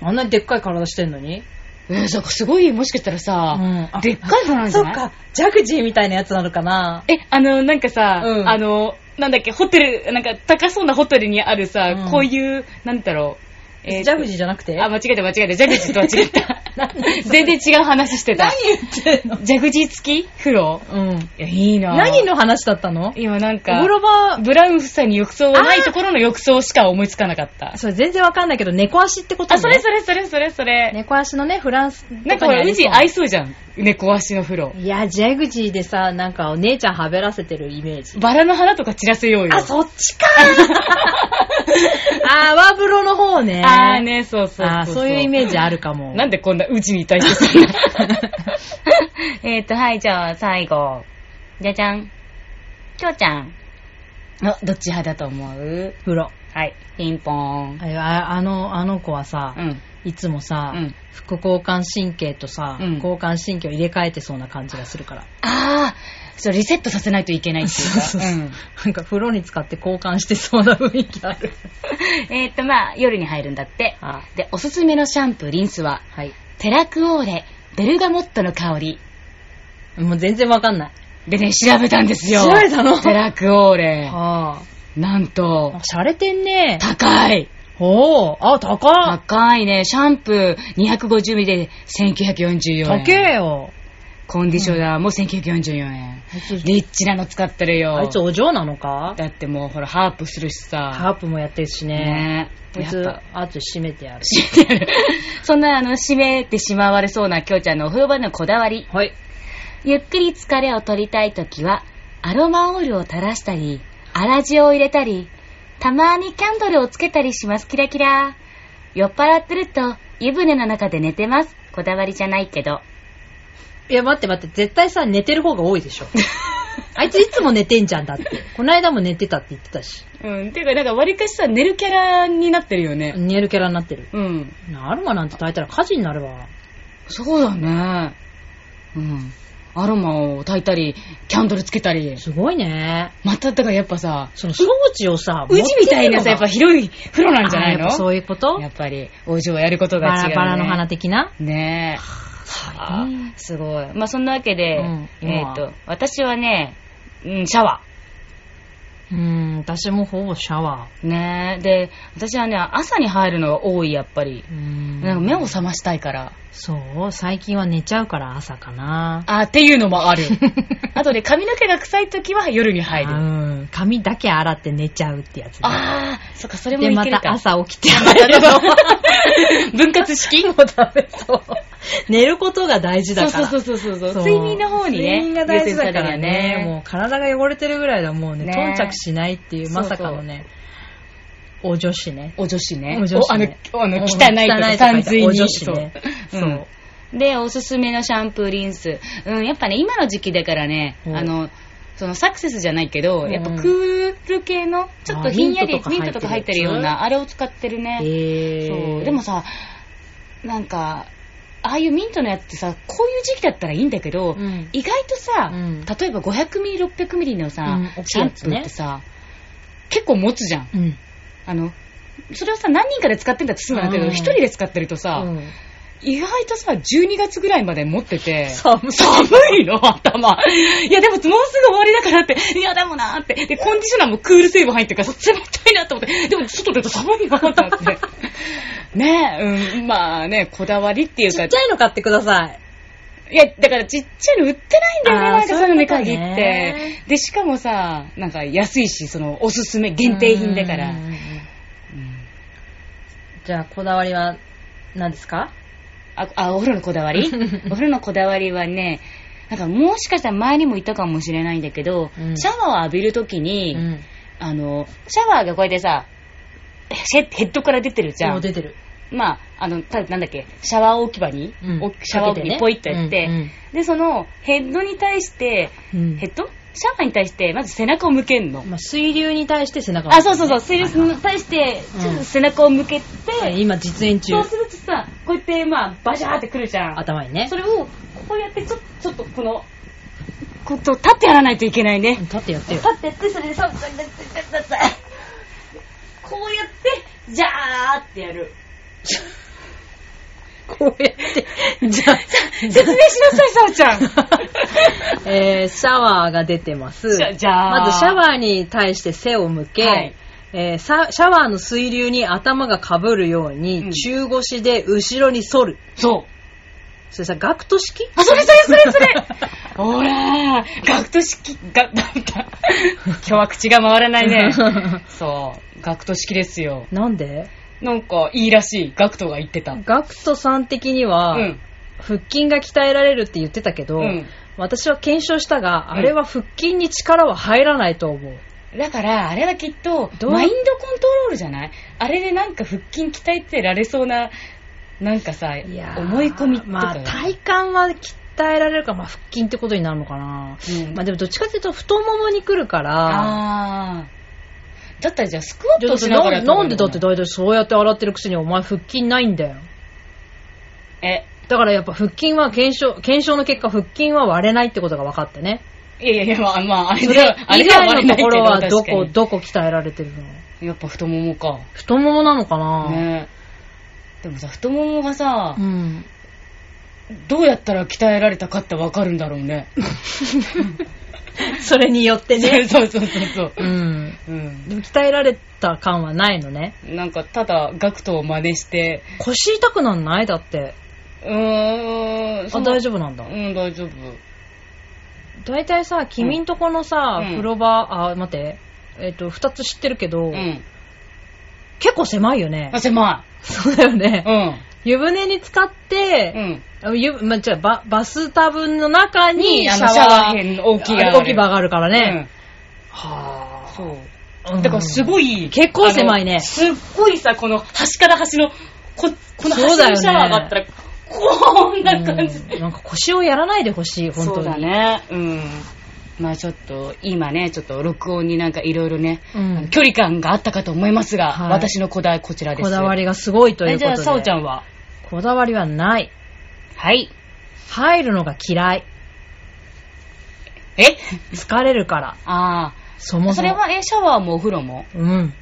[SPEAKER 2] あんなにでっかい体してんのに
[SPEAKER 1] えー、そうか、すごい、もしかしたらさ、
[SPEAKER 2] うんあ
[SPEAKER 1] でっかい花なんじ
[SPEAKER 2] そ
[SPEAKER 1] ゃ
[SPEAKER 2] っ
[SPEAKER 1] ない
[SPEAKER 2] か、ジャグジーみたいなやつなのかな
[SPEAKER 1] え、あの、なんかさ、
[SPEAKER 2] うん
[SPEAKER 1] あの、なんだっけ、ホテル、なんか高そうなホテルにあるさ、
[SPEAKER 2] うん
[SPEAKER 1] こういう、なんだろう。
[SPEAKER 2] ジャグ
[SPEAKER 1] ジ
[SPEAKER 2] ジーじゃなくて
[SPEAKER 1] あ、間違えた間違えた。ジャグジーとは違 った。全然違う話してた。
[SPEAKER 2] 言ってんの
[SPEAKER 1] ジャグジー付き風呂
[SPEAKER 2] うん。
[SPEAKER 1] いや、いいな
[SPEAKER 2] 何の話だったのお
[SPEAKER 1] 今なんか
[SPEAKER 2] 風、呂場、
[SPEAKER 1] ブラウン夫妻に浴槽がないところの浴槽しか思いつかなかった。
[SPEAKER 2] それ全然わかんないけど、猫足ってことね
[SPEAKER 1] あ、それそれそれそれそれ。
[SPEAKER 2] 猫足のね、フランス
[SPEAKER 1] なんか
[SPEAKER 2] とか
[SPEAKER 1] ほ
[SPEAKER 2] にあ
[SPEAKER 1] ら、
[SPEAKER 2] り
[SPEAKER 1] う
[SPEAKER 2] そう
[SPEAKER 1] ち
[SPEAKER 2] な。
[SPEAKER 1] 合いそうじゃん。猫足の風呂。
[SPEAKER 2] いや、ジャグジーでさ、なんかお姉ちゃんはべらせてるイメージ。
[SPEAKER 1] バラの花とか散らせようよ。
[SPEAKER 2] あ、そっちか あー、泡風呂の方ね。
[SPEAKER 1] あーね、そうそうそう
[SPEAKER 2] あーそういうイメージあるかも。
[SPEAKER 1] なんでこんなうちに対してそんな。 えっと、はい、じゃあ最後。じゃじゃん。きょうちゃん。あ、どっち派だと思う
[SPEAKER 2] 風呂。
[SPEAKER 1] はい、ピンポーン。
[SPEAKER 2] あああの、あの子はさ、
[SPEAKER 1] うん。
[SPEAKER 2] いつもさ、
[SPEAKER 1] うん
[SPEAKER 2] 副交感神経とさ、
[SPEAKER 1] うん
[SPEAKER 2] 交感神経を入れ替えてそうな感じがするから。
[SPEAKER 1] あー、そう、リセットさせないといけないっていうか。
[SPEAKER 2] そうそう
[SPEAKER 1] う
[SPEAKER 2] そうん なんか風呂に使って交換してそうな雰囲気ある。
[SPEAKER 1] えっと、まあ、夜に入るんだって。
[SPEAKER 2] は
[SPEAKER 1] で、おすすめのシャンプー、リンスは、
[SPEAKER 2] い。
[SPEAKER 1] テラクオーレ、ベルガモットの香り。
[SPEAKER 2] もう全然わかんない。
[SPEAKER 1] でね、調べたんですよ。
[SPEAKER 2] 調べたの
[SPEAKER 1] テラクオーレ。
[SPEAKER 2] は
[SPEAKER 1] なん
[SPEAKER 2] あ。
[SPEAKER 1] と
[SPEAKER 2] あ、洒落てんね。
[SPEAKER 1] 高い。
[SPEAKER 2] おー、あ、高っ。
[SPEAKER 1] 高いね。シャンプー250ミリで1944円。
[SPEAKER 2] 高えよ。
[SPEAKER 1] コンディショナーも1944円。
[SPEAKER 2] あいつ
[SPEAKER 1] リッチなの使ってるよ。
[SPEAKER 2] あいつお嬢なのか
[SPEAKER 1] だってもうほら、ハープするしさ。
[SPEAKER 2] ハープもやってるしね。
[SPEAKER 1] ね
[SPEAKER 2] こい
[SPEAKER 1] や
[SPEAKER 2] つ
[SPEAKER 1] っぱ、
[SPEAKER 2] あと閉めてやる。
[SPEAKER 1] 閉めてやる。そんなあの、閉めてしまわれそうなきょうちゃんのお風呂場のこだわり。
[SPEAKER 2] はい。
[SPEAKER 1] ゆっくり疲れを取りたいときは、アロマオイルを垂らしたり、粗塩を入れたり、たまにキャンドルをつけたりします、キラキラ。酔っ払ってると、湯船の中で寝てます。こだわりじゃないけど。
[SPEAKER 2] いや、待って待って、絶対さ、寝てる方が多いで しょ。あいついつも寝てんじゃんだって。この間も寝てたって言ってたし。
[SPEAKER 1] うん、ていうか、なんか、わりかしさ、寝るキャラになってるよね。
[SPEAKER 2] 寝るキャラになってる。
[SPEAKER 1] うん。
[SPEAKER 2] アロマなんて炊いたら火事になるわ。
[SPEAKER 1] そうだね。うん。アロマを炊いたり、キャンドルつけたり。
[SPEAKER 2] すごいね。
[SPEAKER 1] また、だからやっぱさ、
[SPEAKER 2] その装置をさ、
[SPEAKER 1] うちみたいなさ、やっぱ
[SPEAKER 2] 持て
[SPEAKER 1] 広い風呂なんじゃない
[SPEAKER 2] るのがあや
[SPEAKER 1] の
[SPEAKER 2] っぱそういうこと
[SPEAKER 1] やっぱり、お嬢はやることが
[SPEAKER 2] バ
[SPEAKER 1] 違う、
[SPEAKER 2] ラ
[SPEAKER 1] ね。
[SPEAKER 2] バラの花的な
[SPEAKER 1] ね
[SPEAKER 2] はい
[SPEAKER 1] え。すごい。まあ、そんなわけで、
[SPEAKER 2] うん
[SPEAKER 1] えっ、と、私はね、うん、シャワ
[SPEAKER 2] うーん、私もほぼシャワ
[SPEAKER 1] ー。ねえ。で、私はね、朝に入るのが多い、やっぱり
[SPEAKER 2] ー。。うーん
[SPEAKER 1] なんか目を覚ましたいから。
[SPEAKER 2] そう、最近は寝ちゃうから朝かな。
[SPEAKER 1] あ、っていうのも ある。あとね、髪の毛が臭い時 は夜に入
[SPEAKER 2] う
[SPEAKER 1] る。
[SPEAKER 2] ん。髪だけ洗って寝ちゃうってやつね
[SPEAKER 1] あー、そっか、それも
[SPEAKER 2] で、
[SPEAKER 1] い
[SPEAKER 2] ま
[SPEAKER 1] ける
[SPEAKER 2] た
[SPEAKER 1] か。
[SPEAKER 2] 朝起きてまた
[SPEAKER 1] 分割式もダメ そう。
[SPEAKER 2] 寝ることが大事だから。
[SPEAKER 1] そうそうそうそう
[SPEAKER 2] そ
[SPEAKER 1] そうう。睡眠の方にね。
[SPEAKER 2] 睡眠が大事だから
[SPEAKER 1] 優先されるよ
[SPEAKER 2] ね。もう体が汚れてるぐらいだもうね、
[SPEAKER 1] ね
[SPEAKER 2] 頓着しないっていう、
[SPEAKER 1] そう
[SPEAKER 2] ま
[SPEAKER 1] そう
[SPEAKER 2] さかのね、お女子ね。
[SPEAKER 1] お女子ね。
[SPEAKER 2] お女子ね
[SPEAKER 1] おあの、あの汚いとか、
[SPEAKER 2] 汚
[SPEAKER 1] 三
[SPEAKER 2] いとか
[SPEAKER 1] 髄に。
[SPEAKER 2] お女子ね。
[SPEAKER 1] そ
[SPEAKER 2] そうう。
[SPEAKER 1] うんで、おすすめのシャンプー、リンス。うん、やっぱね、今の時期だからね、
[SPEAKER 2] うん
[SPEAKER 1] あの、そのサクセスじゃないけ
[SPEAKER 2] う
[SPEAKER 1] ど、
[SPEAKER 2] ん
[SPEAKER 1] やっぱクール系の、ちょっと
[SPEAKER 2] あ
[SPEAKER 1] ひんやり、ミ
[SPEAKER 2] ミ
[SPEAKER 1] ント
[SPEAKER 2] ン
[SPEAKER 1] とか
[SPEAKER 2] トとか
[SPEAKER 1] 入
[SPEAKER 2] 入
[SPEAKER 1] っ
[SPEAKER 2] ってて
[SPEAKER 1] る
[SPEAKER 2] る
[SPEAKER 1] よ
[SPEAKER 2] やつ
[SPEAKER 1] うな、あれを使ってるね。
[SPEAKER 2] えー
[SPEAKER 1] そうでもさなんかああいうミントのやつってさこういう時期だったらいいんだけど、
[SPEAKER 2] うん
[SPEAKER 1] 意外とさ、
[SPEAKER 2] うん
[SPEAKER 1] 例えば500ミリ600ミリのさ、
[SPEAKER 2] うん大き
[SPEAKER 1] シ
[SPEAKER 2] い
[SPEAKER 1] ャン
[SPEAKER 2] や
[SPEAKER 1] プ
[SPEAKER 2] つ
[SPEAKER 1] ー
[SPEAKER 2] ね
[SPEAKER 1] ってさ、結構持つじゃん
[SPEAKER 2] うん。
[SPEAKER 1] あのそれをさ何人かで使ってんだって済むんだけど
[SPEAKER 2] うん
[SPEAKER 1] 一人で使ってるとさ、
[SPEAKER 2] うん
[SPEAKER 1] 意外とさ12月ぐらいまで持ってて
[SPEAKER 2] 寒い
[SPEAKER 1] 寒いの頭いやでももうすぐ終わりだからっていやでもなーってでコンディショナーもクール成分入ってるからさ冷たいなと思ってでも外出ると寒いなと思ってねえ、うん、まあねこだわりっていう
[SPEAKER 2] ち
[SPEAKER 1] か
[SPEAKER 2] っちゃいの買ってください。
[SPEAKER 1] いや、だからちっちゃいの売ってないんだよね、
[SPEAKER 2] あー
[SPEAKER 1] なんかそういうのに
[SPEAKER 2] そういうこと
[SPEAKER 1] 限っ
[SPEAKER 2] ね
[SPEAKER 1] て。で、しかもさ、なんか安いし、その、おすすめ、限定品だから
[SPEAKER 2] うん。うんうん
[SPEAKER 1] うん
[SPEAKER 2] じゃあ、こだわりは何ですか
[SPEAKER 1] あ、あお風呂のこだわ りお風呂のこだわりはね、なんかもしかしたら前にも言ったかもしれないんだけど、
[SPEAKER 2] うん
[SPEAKER 1] シャワーを浴びるときに、
[SPEAKER 2] うん
[SPEAKER 1] あの、シャワーがこうやってさ、ヘッヘッドから出てるじゃ。
[SPEAKER 2] もうん出てる。
[SPEAKER 1] まあ、あの、たなんだっけ、シャワー置き場に、
[SPEAKER 2] うん
[SPEAKER 1] おシャワー置きにポイッとやって、
[SPEAKER 2] うんうん
[SPEAKER 1] で、そのヘッドに対して、
[SPEAKER 2] うん
[SPEAKER 1] ヘッドシャワーに対して、まず背中を向けんの。
[SPEAKER 2] まあ、水流に対して背中を
[SPEAKER 1] あ、そうそうそう、水流に対して、ちょっと背中を向けて、
[SPEAKER 2] はい今実演中。
[SPEAKER 1] そうするとさ、こうやって、まあ、バシャーってくるじゃん。
[SPEAKER 2] 頭にね
[SPEAKER 1] そ。れを、こうやって、ちょちょっとこの、こと立ってやらないといけないね。
[SPEAKER 2] 立って やってよ
[SPEAKER 1] 立。ってやって、それで、そう、そう、そう、そう、そう、こうやって、じゃーってやる。
[SPEAKER 2] こうやって。じゃあ、
[SPEAKER 1] 説明しなさい、さおちゃん。
[SPEAKER 2] えー、シャワーが出てます。
[SPEAKER 1] じゃじゃあ
[SPEAKER 2] まずシャワーに対して背を向け、
[SPEAKER 1] はい
[SPEAKER 2] えーさシャワーの水流に頭がかぶるように、
[SPEAKER 1] うん
[SPEAKER 2] 中腰で後ろに反る。
[SPEAKER 1] そう。
[SPEAKER 2] それさ、ガクト式
[SPEAKER 1] あ、それそれそれそれほらー、学徒式、が、だった。今日は口が回らないね。そう、学徒式ですよ。
[SPEAKER 2] なんで
[SPEAKER 1] なんか、いいらしい、学徒が言ってた。
[SPEAKER 2] ガクトさん的には、
[SPEAKER 1] うん。
[SPEAKER 2] 腹筋が鍛えられるって言ってたけど、
[SPEAKER 1] うん
[SPEAKER 2] 私は検証したが、
[SPEAKER 1] うん
[SPEAKER 2] あれは腹筋に力は入らないと思う。
[SPEAKER 1] だから、あれはきっと、
[SPEAKER 2] どう
[SPEAKER 1] マインドコントロールじゃないあれでなんか腹筋鍛えてられそうな、なんかさ、
[SPEAKER 2] いやー
[SPEAKER 1] 思い込みとか。
[SPEAKER 2] まあ、体幹は鍛えられるから、まあ、腹筋ってことになるのかな、
[SPEAKER 1] うん
[SPEAKER 2] まあでもどっちかっていうと太ももにくるから
[SPEAKER 1] あーだったらじゃあ、スクワッ
[SPEAKER 2] じゃ
[SPEAKER 1] ト
[SPEAKER 2] あだ
[SPEAKER 1] を
[SPEAKER 2] っ
[SPEAKER 1] してなが
[SPEAKER 2] な
[SPEAKER 1] ら
[SPEAKER 2] んなんでだって大体そうやって洗ってるくせにお前腹筋ないんだよ
[SPEAKER 1] え、
[SPEAKER 2] だからやっぱ腹筋は検証検証の結果腹筋は割れないってことが分かってね
[SPEAKER 1] いやいやいや、まあ、まあ、あれ
[SPEAKER 2] そ
[SPEAKER 1] では
[SPEAKER 2] れ、
[SPEAKER 1] あれ
[SPEAKER 2] 以
[SPEAKER 1] では
[SPEAKER 2] 外のところは
[SPEAKER 1] 割れない
[SPEAKER 2] ど
[SPEAKER 1] けど
[SPEAKER 2] こ
[SPEAKER 1] 確か
[SPEAKER 2] どこ鍛えられてるの
[SPEAKER 1] にやっぱ太ももか。
[SPEAKER 2] 太ももなのかな、
[SPEAKER 1] ねでもさ、太ももがさ、
[SPEAKER 2] うん
[SPEAKER 1] どうやったら鍛えられたかってわかるんだろうね。
[SPEAKER 2] それによってね。
[SPEAKER 1] そうそうそうそう。
[SPEAKER 2] うん。
[SPEAKER 1] うん。
[SPEAKER 2] でも鍛えられた感はないのね。
[SPEAKER 1] なんか、ただ、ガクトを真似して、
[SPEAKER 2] 腰痛くなんないだって。
[SPEAKER 1] うーん。
[SPEAKER 2] あ、
[SPEAKER 1] その
[SPEAKER 2] 大丈夫なんだ。
[SPEAKER 1] うん、大丈夫。
[SPEAKER 2] 大体さ、君んとこのさ、
[SPEAKER 1] うん
[SPEAKER 2] 風呂場、あ、待って。えっ、と、二つ知ってるけど、
[SPEAKER 1] うん。
[SPEAKER 2] 結構狭いよね
[SPEAKER 1] あ、。狭
[SPEAKER 2] そうだよ
[SPEAKER 1] い。
[SPEAKER 2] ね
[SPEAKER 1] う。ん。
[SPEAKER 2] 湯船に浸かって
[SPEAKER 1] う、ん。
[SPEAKER 2] ゆまじゃあババスタブの中に
[SPEAKER 1] にあ
[SPEAKER 2] シ
[SPEAKER 1] の
[SPEAKER 2] ャワー
[SPEAKER 1] シャワー編の大きいがある
[SPEAKER 2] あ置き場があるからね。
[SPEAKER 1] うん。
[SPEAKER 2] は
[SPEAKER 1] そう。
[SPEAKER 2] ぁ
[SPEAKER 1] だからすごい、
[SPEAKER 2] 結構狭いね
[SPEAKER 1] あのすっごいさ、この端から端の、ここの
[SPEAKER 2] そ
[SPEAKER 1] 端
[SPEAKER 2] うだ
[SPEAKER 1] の
[SPEAKER 2] よね
[SPEAKER 1] シャワーがあったら、こんな感じ。
[SPEAKER 2] うんなんか腰をやらないでほしい、本当に。
[SPEAKER 1] そうだね。うん。まあちょっと、今ね、ちょっと録音になんかいろいろね、
[SPEAKER 2] うん
[SPEAKER 1] あの距離感があったかと思いますが、
[SPEAKER 2] はい
[SPEAKER 1] 私のこだわりこちらです。
[SPEAKER 2] こだわ
[SPEAKER 1] り
[SPEAKER 2] りがすごいということ
[SPEAKER 1] じゃ
[SPEAKER 2] で。
[SPEAKER 1] あ、さおちゃんは
[SPEAKER 2] こだわりはない。
[SPEAKER 1] はい。
[SPEAKER 2] 入るのが嫌い。
[SPEAKER 1] え
[SPEAKER 2] 疲れるから。
[SPEAKER 1] あ
[SPEAKER 2] そ
[SPEAKER 1] あ。
[SPEAKER 2] も
[SPEAKER 1] そ
[SPEAKER 2] そ
[SPEAKER 1] れ
[SPEAKER 2] も。
[SPEAKER 1] は、え、シャワーもお風呂も
[SPEAKER 2] うん。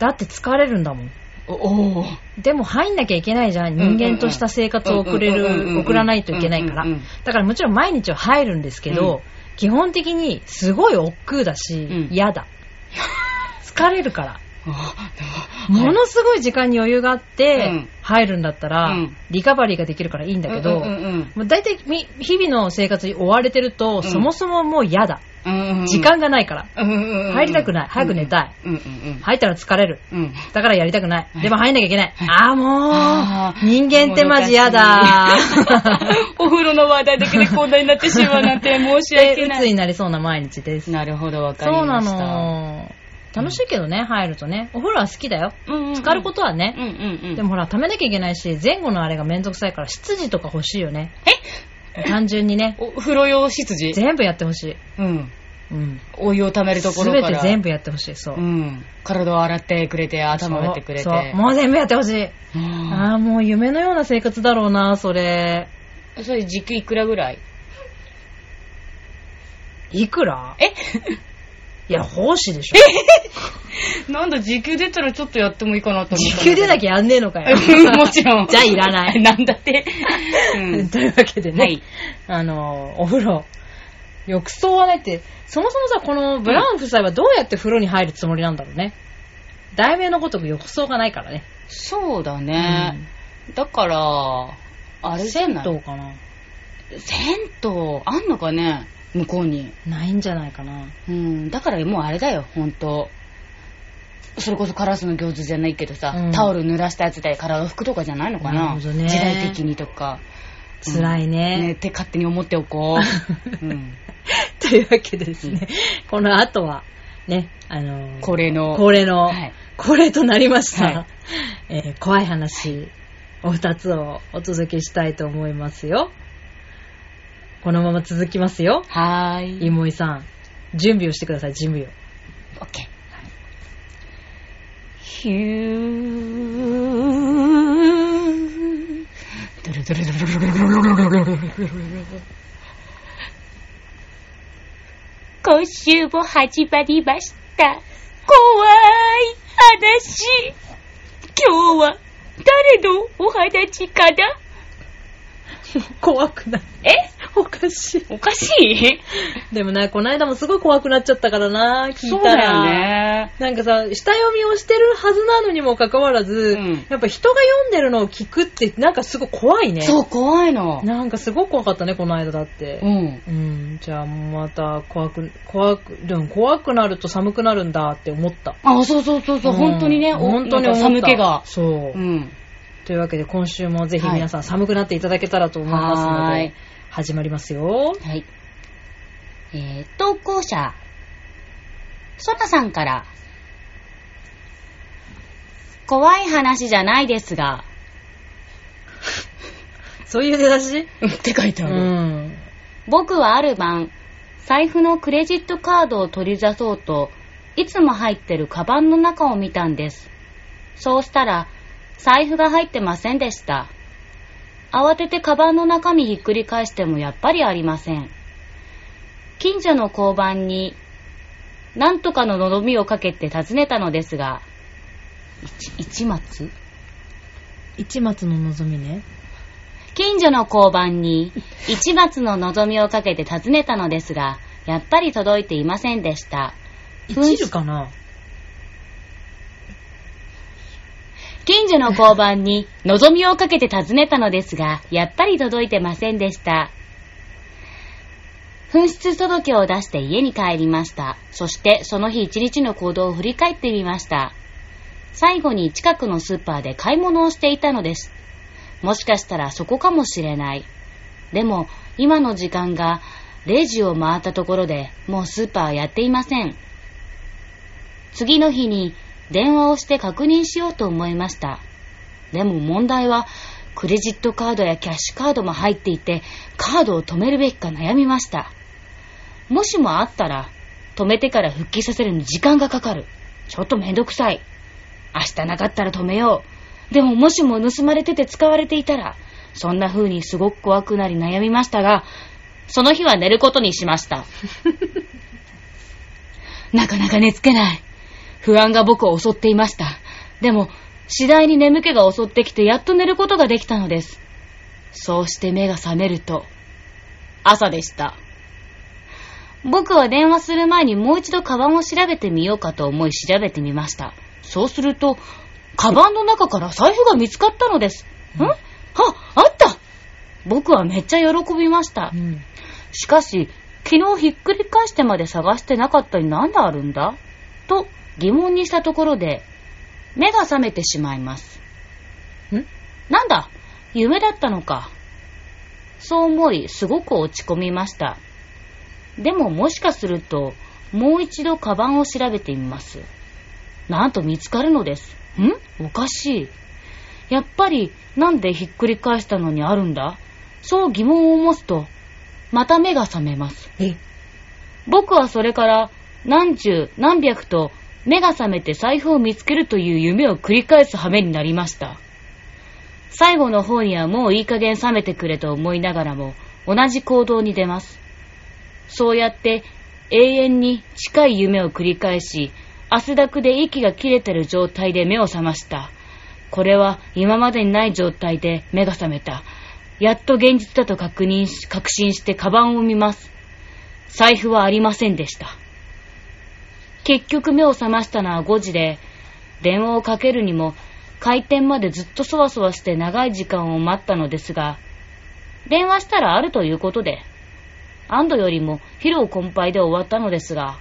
[SPEAKER 2] だって疲れるんだもん。
[SPEAKER 1] おおー
[SPEAKER 2] でも入んなきゃいけないじゃん。人間とした生活を送れ
[SPEAKER 1] うんうんうんうん
[SPEAKER 2] る、送らないといけないから
[SPEAKER 1] うんうんうん。
[SPEAKER 2] だからもちろん毎日は入るんですけ
[SPEAKER 1] う
[SPEAKER 2] ど、
[SPEAKER 1] ん
[SPEAKER 2] 基本的にすごい億劫だし
[SPEAKER 1] うん、
[SPEAKER 2] 嫌、だ。疲れ るから。
[SPEAKER 1] あー
[SPEAKER 2] ものすごい時間に余裕があっ
[SPEAKER 1] う
[SPEAKER 2] て
[SPEAKER 1] ん、
[SPEAKER 2] 入るんだったら、
[SPEAKER 1] うん
[SPEAKER 2] リカバリーができるからいいんだけ
[SPEAKER 1] う
[SPEAKER 2] ど、
[SPEAKER 1] んうんうん
[SPEAKER 2] もう大体み日々の生活に追われてると、
[SPEAKER 1] ん
[SPEAKER 2] そもそももう嫌だ。
[SPEAKER 1] うんうんうん
[SPEAKER 2] 時間がないから。
[SPEAKER 1] 入
[SPEAKER 2] 入りたくない早く寝たい。
[SPEAKER 1] うんうんうん
[SPEAKER 2] 入ったら疲れる。
[SPEAKER 1] うんうん。
[SPEAKER 2] だからやりたくない。
[SPEAKER 1] はい
[SPEAKER 2] でも入んなきゃいけない。ああ、も
[SPEAKER 1] あー
[SPEAKER 2] う、人間ってマジ やだ。
[SPEAKER 1] お風呂の話題だけでこんなになってしまうなんて申し
[SPEAKER 2] で、
[SPEAKER 1] 訳
[SPEAKER 2] 鬱
[SPEAKER 1] ない。
[SPEAKER 2] になりそうな毎日です。
[SPEAKER 1] なるほど、わかり
[SPEAKER 2] そうな
[SPEAKER 1] ました。
[SPEAKER 2] の。楽しいけどね、入るとね。お風呂は好きだよ。
[SPEAKER 1] うんうんうん
[SPEAKER 2] 浸かることは
[SPEAKER 1] うん
[SPEAKER 2] ね。
[SPEAKER 1] うんうん。
[SPEAKER 2] でもほら、溜めなきゃいけないし、前後のあれがめんどくさいから、執事とか欲しいよね。単純にね。
[SPEAKER 1] お風呂用執事
[SPEAKER 2] 全部やってほしい。
[SPEAKER 1] うん。
[SPEAKER 2] うん。
[SPEAKER 1] お湯を溜めるとこ
[SPEAKER 2] す
[SPEAKER 1] ろ
[SPEAKER 2] べ
[SPEAKER 1] か
[SPEAKER 2] て
[SPEAKER 1] ら。
[SPEAKER 2] 全
[SPEAKER 1] 部。
[SPEAKER 2] 部やってほしい。そう
[SPEAKER 1] う。ん。体を洗ってくれて、頭をやってくれて。
[SPEAKER 2] そうそうもう全部やってほしい。
[SPEAKER 1] あ
[SPEAKER 2] ああ、もう夢のような生活だろうな、それ。
[SPEAKER 1] ーそれ時給いくらぐらい
[SPEAKER 2] いくら
[SPEAKER 1] え
[SPEAKER 2] いや、奉仕でしょ。
[SPEAKER 1] なんだ、時給出たらちょっとやってもいいかなと思っ
[SPEAKER 2] 時
[SPEAKER 1] た。
[SPEAKER 2] 給出な
[SPEAKER 1] き
[SPEAKER 2] きゃやんねえのかよ。
[SPEAKER 1] もちろん。
[SPEAKER 2] じゃあいらな い。
[SPEAKER 1] なんだって。うん。
[SPEAKER 2] というわけでね、
[SPEAKER 1] はい
[SPEAKER 2] あの、お風呂、浴槽はねって、そもそもさ、このブラウン夫妻はどうやって風呂に入るつもりなんだろうね。題名のごとく浴槽がないからね。
[SPEAKER 1] そうだね。だから、あれじゃない
[SPEAKER 2] どうかな。
[SPEAKER 1] 銭湯あんのかね向こうに。
[SPEAKER 2] ないんじゃないかな。
[SPEAKER 1] うん。だからもうあれだよ、ほんと。それこそカラスの行図じゃないけどさ、
[SPEAKER 2] うん
[SPEAKER 1] タオル濡らしたやつで体を拭くとかじゃないのか
[SPEAKER 2] な
[SPEAKER 1] な
[SPEAKER 2] るほどね
[SPEAKER 1] 時代的にとか。
[SPEAKER 2] 辛いね。
[SPEAKER 1] ねって勝手に思っておこ う。うん、
[SPEAKER 2] というわけでですね、この後は、ね、あのー
[SPEAKER 1] 恒例の。
[SPEAKER 2] 恒例の、
[SPEAKER 1] はい
[SPEAKER 2] 恒例となりました、
[SPEAKER 1] はい
[SPEAKER 2] えー怖い話、お二つをお届けしたいと思いますよ。このまま続きますよ。
[SPEAKER 1] はーい。
[SPEAKER 2] いもいさん、準備をしてください、準備を。
[SPEAKER 1] オッケー。ヒュー。ドルドルドルドルドルドルドルドル今週も始まりました。怖い話。今日は誰のお話かな
[SPEAKER 2] 怖くない。
[SPEAKER 1] え
[SPEAKER 2] おかしい。
[SPEAKER 1] おかしい
[SPEAKER 2] でもね、この間もすごい怖くなっちゃったからな、聞いたら。
[SPEAKER 1] そうだよね。
[SPEAKER 2] なんかさ、下読みをしてるはずなのにもかかわらず、
[SPEAKER 1] うん
[SPEAKER 2] やっぱ人が読んでるのを聞くって、なんかすごい怖いね。
[SPEAKER 1] そう、怖いの。
[SPEAKER 2] なんかすごく怖かったね、この間だって
[SPEAKER 1] う。ん。
[SPEAKER 2] うん、じゃあまた怖く、怖く、でも怖くなると寒くなるんだって思った。
[SPEAKER 1] あ、そうそうそうそう、
[SPEAKER 2] ん
[SPEAKER 1] 本当にね、お
[SPEAKER 2] 本当に
[SPEAKER 1] な
[SPEAKER 2] 思
[SPEAKER 1] ん
[SPEAKER 2] っ
[SPEAKER 1] か
[SPEAKER 2] た
[SPEAKER 1] 寒気が。
[SPEAKER 2] そう。
[SPEAKER 1] うん。
[SPEAKER 2] というわけで今週もぜひ皆さん寒くなっていただけたらと思いますの
[SPEAKER 1] はー
[SPEAKER 2] で
[SPEAKER 1] い、
[SPEAKER 2] 始まりますよ。
[SPEAKER 1] はい。えー、投稿者、ソナさんから、怖い話じゃないですが、
[SPEAKER 2] そういう出だし
[SPEAKER 1] って書いて
[SPEAKER 2] う。ん。
[SPEAKER 1] 僕はある晩、財布のクレジットカードを取り出そうと、いつも入ってるカバンの中を見たんです。そうしたら、財布が入ってませんでした。慌ててカバンの中身ひっくり返してもやっぱりありません。近所の交番に、なんとかの望みをかけて尋ねたのですが、一、一松
[SPEAKER 2] 一松の望みね。
[SPEAKER 1] 近所の交番に一抹の望みをかけて訪ねたのですが、やっぱり届いていませんでした。噴
[SPEAKER 2] 一縷かな
[SPEAKER 1] 近所の交番に望みをかけて訪ねたのですが、やっぱり届いてませんでした。紛失届を出して家に帰りました。そしてその日一日の行動を振り返ってみました。最後に近くのスーパーで買い物をしていたのです。もしかしたらそこかもしれない。でも今の時間が0時を回ったところでもうスーパーはやっていません。次の日に電話をして確認しようと思いました。でも問題は、クレジットカードやキャッシュカードも入っていて、カードを止めるべきか悩みました。もしもあったら、止めてから復帰させるのに時間がかかる。ちょっとめんどくさい。明日なかったら止めよう。でももしも盗まれてて使われていたら、そんな風にすごく怖くなり悩みましたが、その日は寝ることにしました。なかなか寝つけない。不安が僕を襲っていました。でも、次第に眠気が襲ってきてやっと寝ることができたのです。そうして目が覚めると、朝でした。僕は電話する前にもう一度カバンを調べてみようかと思い調べてみました。そうすると、カバンの中から財布が見つかったのです。んあ、あった僕はめっちゃ喜びました
[SPEAKER 2] う。ん。
[SPEAKER 1] しかし、昨日ひっくり返してまで探してなかったになんであるんだと疑問にしたところで、目が覚めてしまいます。
[SPEAKER 2] ん
[SPEAKER 1] なんだ夢だったのか。そう思い、すごく落ち込みました。でももしかすると、もう一度カバンを調べてみます。なんと見つかるのです。んおかしい。やっぱり、なんでひっくり返したのにあるんだそう疑問を持つと、また目が覚めます。
[SPEAKER 2] え、
[SPEAKER 1] 僕はそれから何十何百と目が覚めて財布を見つけるという夢を繰り返す羽目になりました。最後の方にはもういい加減覚めてくれと思いながらも同じ行動に出ます。そうやって永遠に近い夢を繰り返し、汗だくで息が切れてる状態で目を覚ました。これは今までにない状態で目が覚めた。やっと現実だと確認し、確信してカバンを見ます。財布はありませんでした。結局目を覚ましたのは5時で、電話をかけるにも、開店までずっとそわそわして長い時間を待ったのですが、電話したらあるということで、安堵よりも疲労困憊で終わったのですが、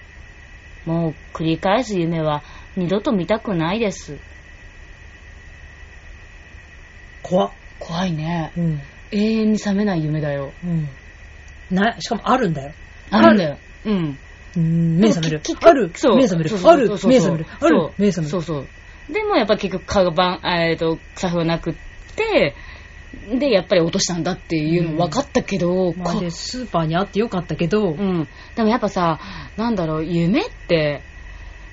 [SPEAKER 1] もう繰り返す夢は二度と見たくないです。
[SPEAKER 2] 怖っ。
[SPEAKER 1] 怖いね。
[SPEAKER 2] うん。
[SPEAKER 1] 永遠に覚めない夢だよ。
[SPEAKER 2] うん。な、しかもあるんだよ。
[SPEAKER 1] あるんだよ。うん。
[SPEAKER 2] うん、目覚める
[SPEAKER 1] き。き
[SPEAKER 2] ある
[SPEAKER 1] そう
[SPEAKER 2] 目覚める
[SPEAKER 1] そう。そう
[SPEAKER 2] ある
[SPEAKER 1] そ
[SPEAKER 2] 目
[SPEAKER 1] うそう
[SPEAKER 2] 覚める。あ
[SPEAKER 1] そ
[SPEAKER 2] る
[SPEAKER 1] う
[SPEAKER 2] 目覚め
[SPEAKER 1] そ
[SPEAKER 2] る
[SPEAKER 1] う。そう。でもやっぱ結局、カバン、えっ、と、財布はなくって、で、やっぱり落としたんだっていうの分かったけど、
[SPEAKER 2] まあ
[SPEAKER 1] こ
[SPEAKER 2] で、スーパーにあってよかったけど
[SPEAKER 1] う、ん。でもやっぱさ、なんだろう、夢って、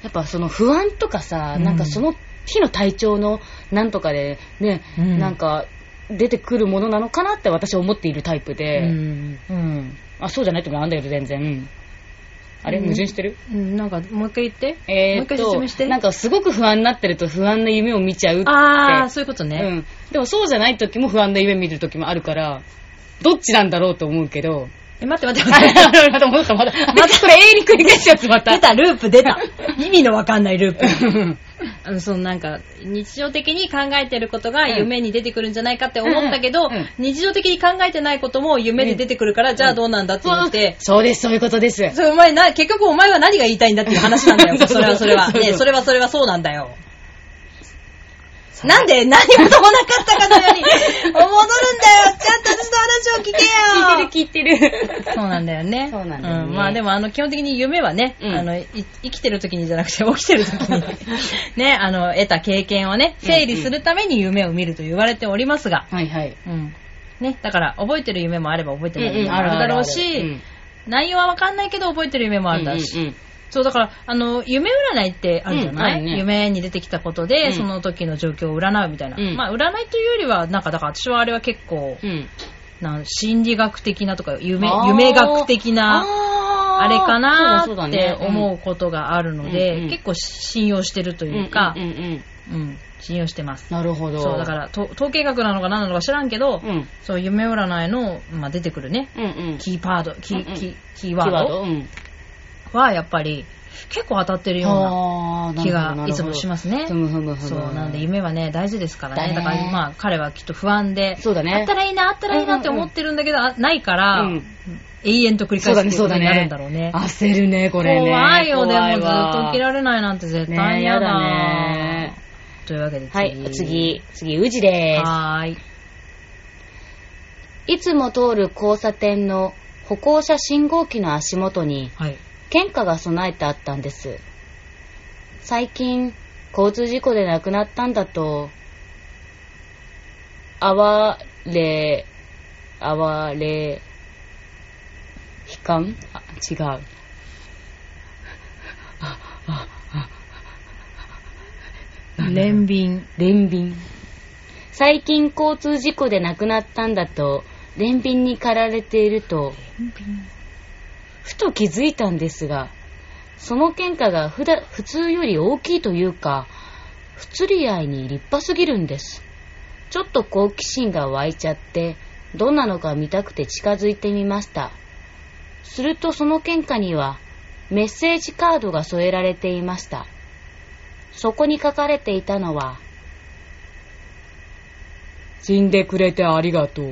[SPEAKER 1] やっぱその不安とかさ、
[SPEAKER 2] うん
[SPEAKER 1] なんかその日の体調のなんとかでね、
[SPEAKER 2] うん
[SPEAKER 1] なんか出てくるものなのかなって私は思っているタイプ
[SPEAKER 2] う
[SPEAKER 1] で、
[SPEAKER 2] ん。
[SPEAKER 1] うん。あ、そうじゃないってもあんだけど全然。あれ
[SPEAKER 2] うん
[SPEAKER 1] 矛盾してる、
[SPEAKER 2] うん、なんか、もう一回言って。
[SPEAKER 1] え
[SPEAKER 2] も
[SPEAKER 1] ー、
[SPEAKER 2] う一回説明し
[SPEAKER 1] と、
[SPEAKER 2] て
[SPEAKER 1] なん。かすごく不安になってると不安な夢を見ちゃうって。
[SPEAKER 2] あー、そういうこと
[SPEAKER 1] う
[SPEAKER 2] ね。
[SPEAKER 1] ん。でもそうじゃない時も不安な夢見る時もあるから、どっちなんだろうと思うけ ど。
[SPEAKER 2] え、待って待っ
[SPEAKER 1] あ
[SPEAKER 2] て待
[SPEAKER 1] れ、
[SPEAKER 2] っ
[SPEAKER 1] あれ、また戻った、また。またこれ永遠に繰り返しやつ、ま
[SPEAKER 2] て。出
[SPEAKER 1] た。
[SPEAKER 2] た、ループ出た。 意味のわかんないループ。うんそのなんか、日常的に考えてることが
[SPEAKER 1] うん
[SPEAKER 2] 夢に出てくるんじゃないかって思ったけど、
[SPEAKER 1] うんうん
[SPEAKER 2] 日常的に考えてないことも夢で出てくるから、じゃあどうなんだって思って、
[SPEAKER 1] そうです、そういうことです。
[SPEAKER 2] それお前な、結局お前は何が言いたいんだっていう話なんだ
[SPEAKER 1] そう
[SPEAKER 2] よ。
[SPEAKER 1] そう
[SPEAKER 2] それはそれは。
[SPEAKER 1] そうそう
[SPEAKER 2] ねそれはそれはそうなんだよ。なんで何もともなかったかのよう に戻るんだよちゃんと私の話を聞け よ
[SPEAKER 1] 聞いてる、聞いてる。
[SPEAKER 2] そうなんだよね。
[SPEAKER 1] そうなんだよね
[SPEAKER 2] まあでもあの基本的に夢はね、
[SPEAKER 1] うん
[SPEAKER 2] あのい生きてる時にじゃなくて起きてる時 にね、あの得た経験をね、整理するために夢を見ると言われておりますが、
[SPEAKER 1] はいはい。
[SPEAKER 2] うん。ね、だから覚えてる夢もあれば覚えてない夢も
[SPEAKER 1] あ
[SPEAKER 2] あ
[SPEAKER 1] る
[SPEAKER 2] る
[SPEAKER 1] だ
[SPEAKER 2] だ
[SPEAKER 1] ろ
[SPEAKER 2] ろ
[SPEAKER 1] う
[SPEAKER 2] う
[SPEAKER 1] し、
[SPEAKER 2] し、内容はわかんないけど覚えてる夢もあるだろうし、
[SPEAKER 1] うんうん
[SPEAKER 2] そう、だから、あの、夢占いってあるじゃな
[SPEAKER 1] う
[SPEAKER 2] い、
[SPEAKER 1] んあるね
[SPEAKER 2] 夢に出てきたこと
[SPEAKER 1] うん
[SPEAKER 2] で、その時の状況を占うみたいな。
[SPEAKER 1] うん
[SPEAKER 2] まあ、占いというよりは、なんか、だから私はあれは結構、
[SPEAKER 1] うんうん
[SPEAKER 2] なん心理学的なとか、夢
[SPEAKER 1] あ、ー
[SPEAKER 2] 夢学的な、
[SPEAKER 1] あー
[SPEAKER 2] あれかな
[SPEAKER 1] そうだ
[SPEAKER 2] ー
[SPEAKER 1] そうだね
[SPEAKER 2] って思うことがあるの
[SPEAKER 1] うんうん
[SPEAKER 2] で
[SPEAKER 1] う、ん
[SPEAKER 2] 結構信用してるというか
[SPEAKER 1] うん、うんうん
[SPEAKER 2] うん信用してます。
[SPEAKER 1] なるほど。
[SPEAKER 2] そう、だから、と統計学なのか何なのか知らんけど、
[SPEAKER 1] うん。
[SPEAKER 2] そう、夢占いの、まあ、出てくるね、
[SPEAKER 1] うんうん。
[SPEAKER 2] キーパード、キ
[SPEAKER 1] うんう
[SPEAKER 2] ー、
[SPEAKER 1] ん
[SPEAKER 2] キー、キー
[SPEAKER 1] キ
[SPEAKER 2] ワ
[SPEAKER 1] ーワ
[SPEAKER 2] ー
[SPEAKER 1] ードうん。
[SPEAKER 2] ドは、やっぱり、結構当たってるような
[SPEAKER 1] あー。
[SPEAKER 2] 気がいつもしますすね
[SPEAKER 1] ふ。むふむふむ。
[SPEAKER 2] そう、なんで夢はね、大事ですから
[SPEAKER 1] だ
[SPEAKER 2] ね。
[SPEAKER 1] ね
[SPEAKER 2] だから、まあ、彼はきっと不安で、
[SPEAKER 1] そうだ
[SPEAKER 2] あ
[SPEAKER 1] ね
[SPEAKER 2] った。らいいな、あったらいいなって
[SPEAKER 1] うんうんうん
[SPEAKER 2] 思ってるんだけど、あないから、
[SPEAKER 1] うん
[SPEAKER 2] 永遠と繰り
[SPEAKER 1] そ
[SPEAKER 2] 返
[SPEAKER 1] うだね、
[SPEAKER 2] すっていう
[SPEAKER 1] そ
[SPEAKER 2] こ
[SPEAKER 1] う
[SPEAKER 2] と
[SPEAKER 1] だ
[SPEAKER 2] になる
[SPEAKER 1] ね
[SPEAKER 2] んだろうね。。
[SPEAKER 1] 焦るね、これね。
[SPEAKER 2] 怖いよ、でも
[SPEAKER 1] 怖
[SPEAKER 2] ず
[SPEAKER 1] い
[SPEAKER 2] っ
[SPEAKER 1] わ
[SPEAKER 2] と起きられないなんて絶対嫌だ。
[SPEAKER 1] ねえ
[SPEAKER 2] というわけで次。
[SPEAKER 1] はい、次、次、宇治で
[SPEAKER 2] はーい。
[SPEAKER 1] す。いつも通る交差点の歩行者信号機の足元に、
[SPEAKER 2] はい。
[SPEAKER 1] 献花が備えてあったんです。最近、交通事故で亡くなったんだと、哀れ、哀れ、悲観あ、違う。あ、あ、あ、
[SPEAKER 2] 憐憫。
[SPEAKER 1] 憐憫。最近交通事故で亡くなったんだと、憐憫に駆られていると、ふと気づいたんですが、その喧嘩が普段普通より大きいというか、不釣り合いに立派すぎるんです。ちょっと好奇心が湧いちゃって、どんなのか見たくて近づいてみました。するとその喧嘩には、メッセージカードが添えられていました。そこに書かれていたのは、死んでくれてありがとう。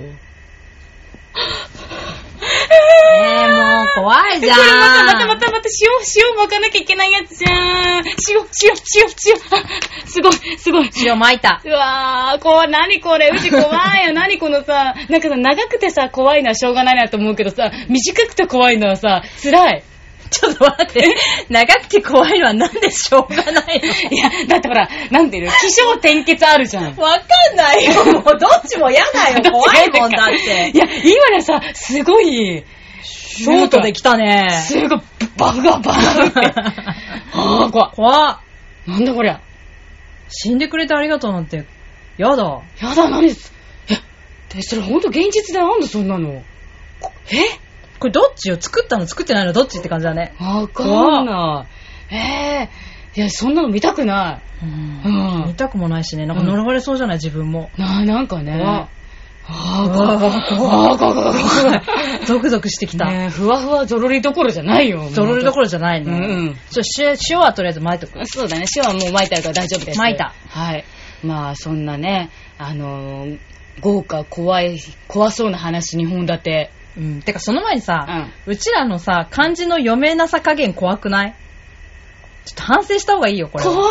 [SPEAKER 2] えー、もう怖いじゃ ん。
[SPEAKER 1] これまたまたまたまた塩、塩巻かなきゃいけないやつじゃん。塩、塩、塩、塩。 すごい、すごい。
[SPEAKER 2] 塩巻いた。
[SPEAKER 1] うわー、こう、なにこれ、うち怖いよ。なにこのさ、なんかさ、長くてさ、怖いのはしょうがないなと思うけどさ、短くて怖いのはさ、辛い。
[SPEAKER 2] ちょっと待って。長くて怖いのはなんでしょうがない
[SPEAKER 1] いや、だってほら、なんていうの、気象転結あるじゃん
[SPEAKER 2] の。わかんないよ。 もうどっちも嫌だよ。怖いもんだって
[SPEAKER 1] い。や、今のさ、すごい、
[SPEAKER 2] ショートで来たね。
[SPEAKER 1] すごい、バグがバグって。あー、怖い。
[SPEAKER 2] 怖っ。
[SPEAKER 1] なんだこりゃ。
[SPEAKER 2] 死んでくれてありがとうなんて、やだ。
[SPEAKER 1] やだ、何す。え、で、それほんと現実であんのそんなの。こえ
[SPEAKER 2] これどっちよ作ったの作ってないのどっちって感じだね。
[SPEAKER 1] わかんない。えー、いや、そんなの見たくなうん
[SPEAKER 2] 見たくもないしね。なんか呪われそうじゃない自 分も。
[SPEAKER 1] い。な、なんか
[SPEAKER 2] 怖っ
[SPEAKER 1] ね。あー、怖い怖い怖い怖い怖い怖い
[SPEAKER 2] ゾクゾクしてきた。
[SPEAKER 1] ねえふわふわゾロリどころじゃないよ。
[SPEAKER 2] ゾロリどこ
[SPEAKER 1] ろ。
[SPEAKER 2] ろじゃないね。
[SPEAKER 1] うんうん
[SPEAKER 2] ちょ塩塩はとりあえず巻いとく。
[SPEAKER 1] そうだね、塩はもう巻いてあるから大丈夫です。
[SPEAKER 2] 巻いた
[SPEAKER 1] はい。まあ、そんなね、あのー豪華、怖い、怖そうな話、2本立て。
[SPEAKER 2] うん。てかその前にさ、うちらのさ、漢字の読めなさ加減怖くないちょっと反省した方がいいよ、これは。
[SPEAKER 1] 怖い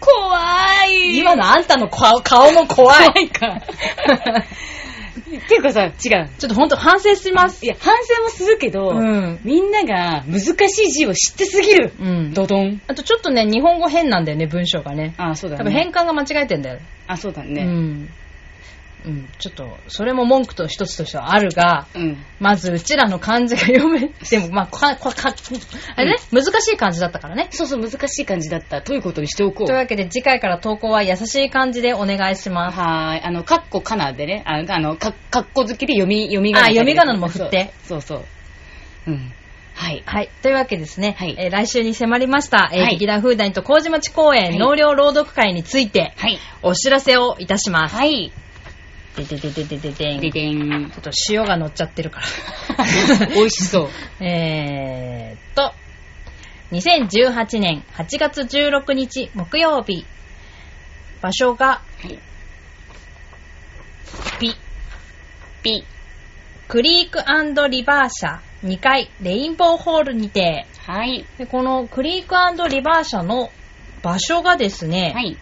[SPEAKER 1] 怖い
[SPEAKER 2] 今のあんたの顔顔も怖い。
[SPEAKER 1] 怖いか。っていうかさ、違う。
[SPEAKER 2] ちょっとほんと反省します。
[SPEAKER 1] いや、反省もするけど、
[SPEAKER 2] うん。
[SPEAKER 1] みんなが難しい字を知ってすぎる。
[SPEAKER 2] うん。
[SPEAKER 1] ドドン。
[SPEAKER 2] あとちょっとね、日本語変なんだよね、文章がね。
[SPEAKER 1] あそうだね。
[SPEAKER 2] 多分変換が間違えてんだよ。
[SPEAKER 1] あ、そうだ
[SPEAKER 2] う
[SPEAKER 1] ね。
[SPEAKER 2] ん。うん、ちょっと、それも文句と一つとしてはあるが、
[SPEAKER 1] うん。
[SPEAKER 2] まずうちらの漢字が読め、でもまあ、か、か、か、あれね、難しい漢字だったからね。
[SPEAKER 1] そうそう、難しい感じだった。ということにしておことう。
[SPEAKER 2] いうわけで次回から投稿は優しい漢字でお願いします。
[SPEAKER 1] はーい。あの、カッコカナでね、ああの、か、カッコ好きで読み、読み仮名だ
[SPEAKER 2] あ
[SPEAKER 1] けど。
[SPEAKER 2] 読み仮名のも振って
[SPEAKER 1] そう。そうそう。うん。はい。
[SPEAKER 2] はい。というわけですね。
[SPEAKER 1] はい
[SPEAKER 2] えー来週に迫りました、えー
[SPEAKER 1] はい
[SPEAKER 2] 劇団風団と麹町公演、
[SPEAKER 1] はい
[SPEAKER 2] 納涼朗読会について、
[SPEAKER 1] はい。
[SPEAKER 2] お知らせをいたします。
[SPEAKER 1] はい。
[SPEAKER 2] でででででででん
[SPEAKER 1] で
[SPEAKER 2] ちょ
[SPEAKER 1] でん。
[SPEAKER 2] っと塩が乗っちゃって るから。
[SPEAKER 1] 美味し そう。
[SPEAKER 2] えーっと、2018年8月16日木曜日、場所が
[SPEAKER 1] ピ。ピ。
[SPEAKER 2] クリークリバー社2階レインボーホールにて、
[SPEAKER 1] はい。
[SPEAKER 2] でこのクリークリバー社の場所がですね、
[SPEAKER 1] はい。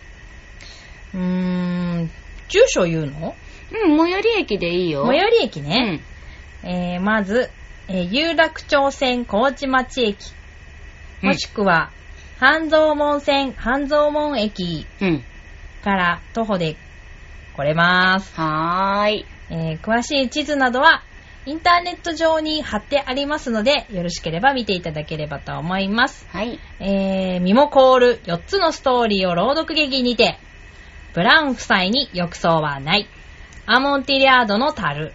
[SPEAKER 2] うーん、住所言うの
[SPEAKER 1] うん、最寄り駅でいいよ。
[SPEAKER 2] 最寄り駅
[SPEAKER 1] う
[SPEAKER 2] ね、
[SPEAKER 1] ん。
[SPEAKER 2] えーまず、えー有楽町線麹町駅、もしくは、半蔵門線半蔵門駅、
[SPEAKER 1] うん。
[SPEAKER 2] から徒歩で来れます。
[SPEAKER 1] はーい。
[SPEAKER 2] えー詳しい地図などはインターネット上に貼ってありますので、よろしければ見ていただければと思います。
[SPEAKER 1] はい。
[SPEAKER 2] えー、ミモコール4つのストーリーを朗読劇にて、ブラウン夫妻に浴槽はない、アモンティリアードの樽、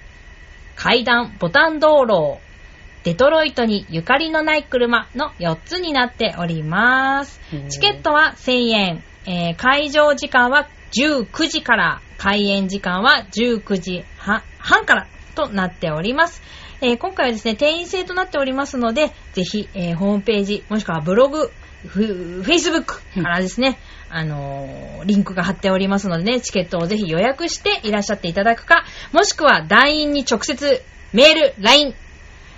[SPEAKER 2] 階段、ボタン道路、デトロイトにゆかりのない車の4つになっております。チケットは1000円、えー会場時間は19時から、開演時間は19時半半からとなっております。えー今回はですね、定員制となっておりますので、ぜひ、えーホームページ、もしくはブログ、フェイスブックからですね、あのーリンクが貼っておりますのでね、チケットをぜひ予約していらっしゃっていただくか、もしくは団員に直接メール、LINE、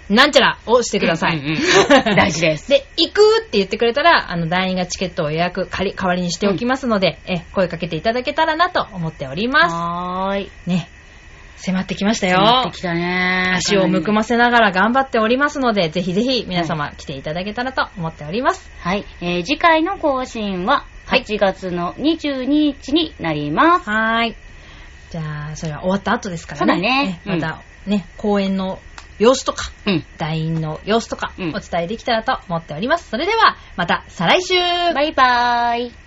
[SPEAKER 2] なんちゃらをしてください。
[SPEAKER 1] うんうんう ん大事です
[SPEAKER 2] で、行くって言ってくれたら、あの、団員がチケットを予約、仮代わりにしておきますので、え、声かけていただけたらなと思っておりま
[SPEAKER 1] はーい。
[SPEAKER 2] す。ね。迫ってきました
[SPEAKER 1] やっ
[SPEAKER 2] よ
[SPEAKER 1] て。きたね。
[SPEAKER 2] 足をむくま
[SPEAKER 1] せ。
[SPEAKER 2] せながら頑張っておりますので、ぜひぜひ皆様来ていただけたらと思っております。
[SPEAKER 1] はい。えー次回の更新は
[SPEAKER 2] はい
[SPEAKER 1] 8月の22日になります。
[SPEAKER 2] はーい。じゃあ、それは終わった後ですからね。
[SPEAKER 1] そうだね
[SPEAKER 2] えまた、ね、公演の様子とか、
[SPEAKER 1] うん。
[SPEAKER 2] 団員の様子とか、
[SPEAKER 1] うん
[SPEAKER 2] お伝えできたらと思っております。それでは、また、再来週
[SPEAKER 1] バイバーイ。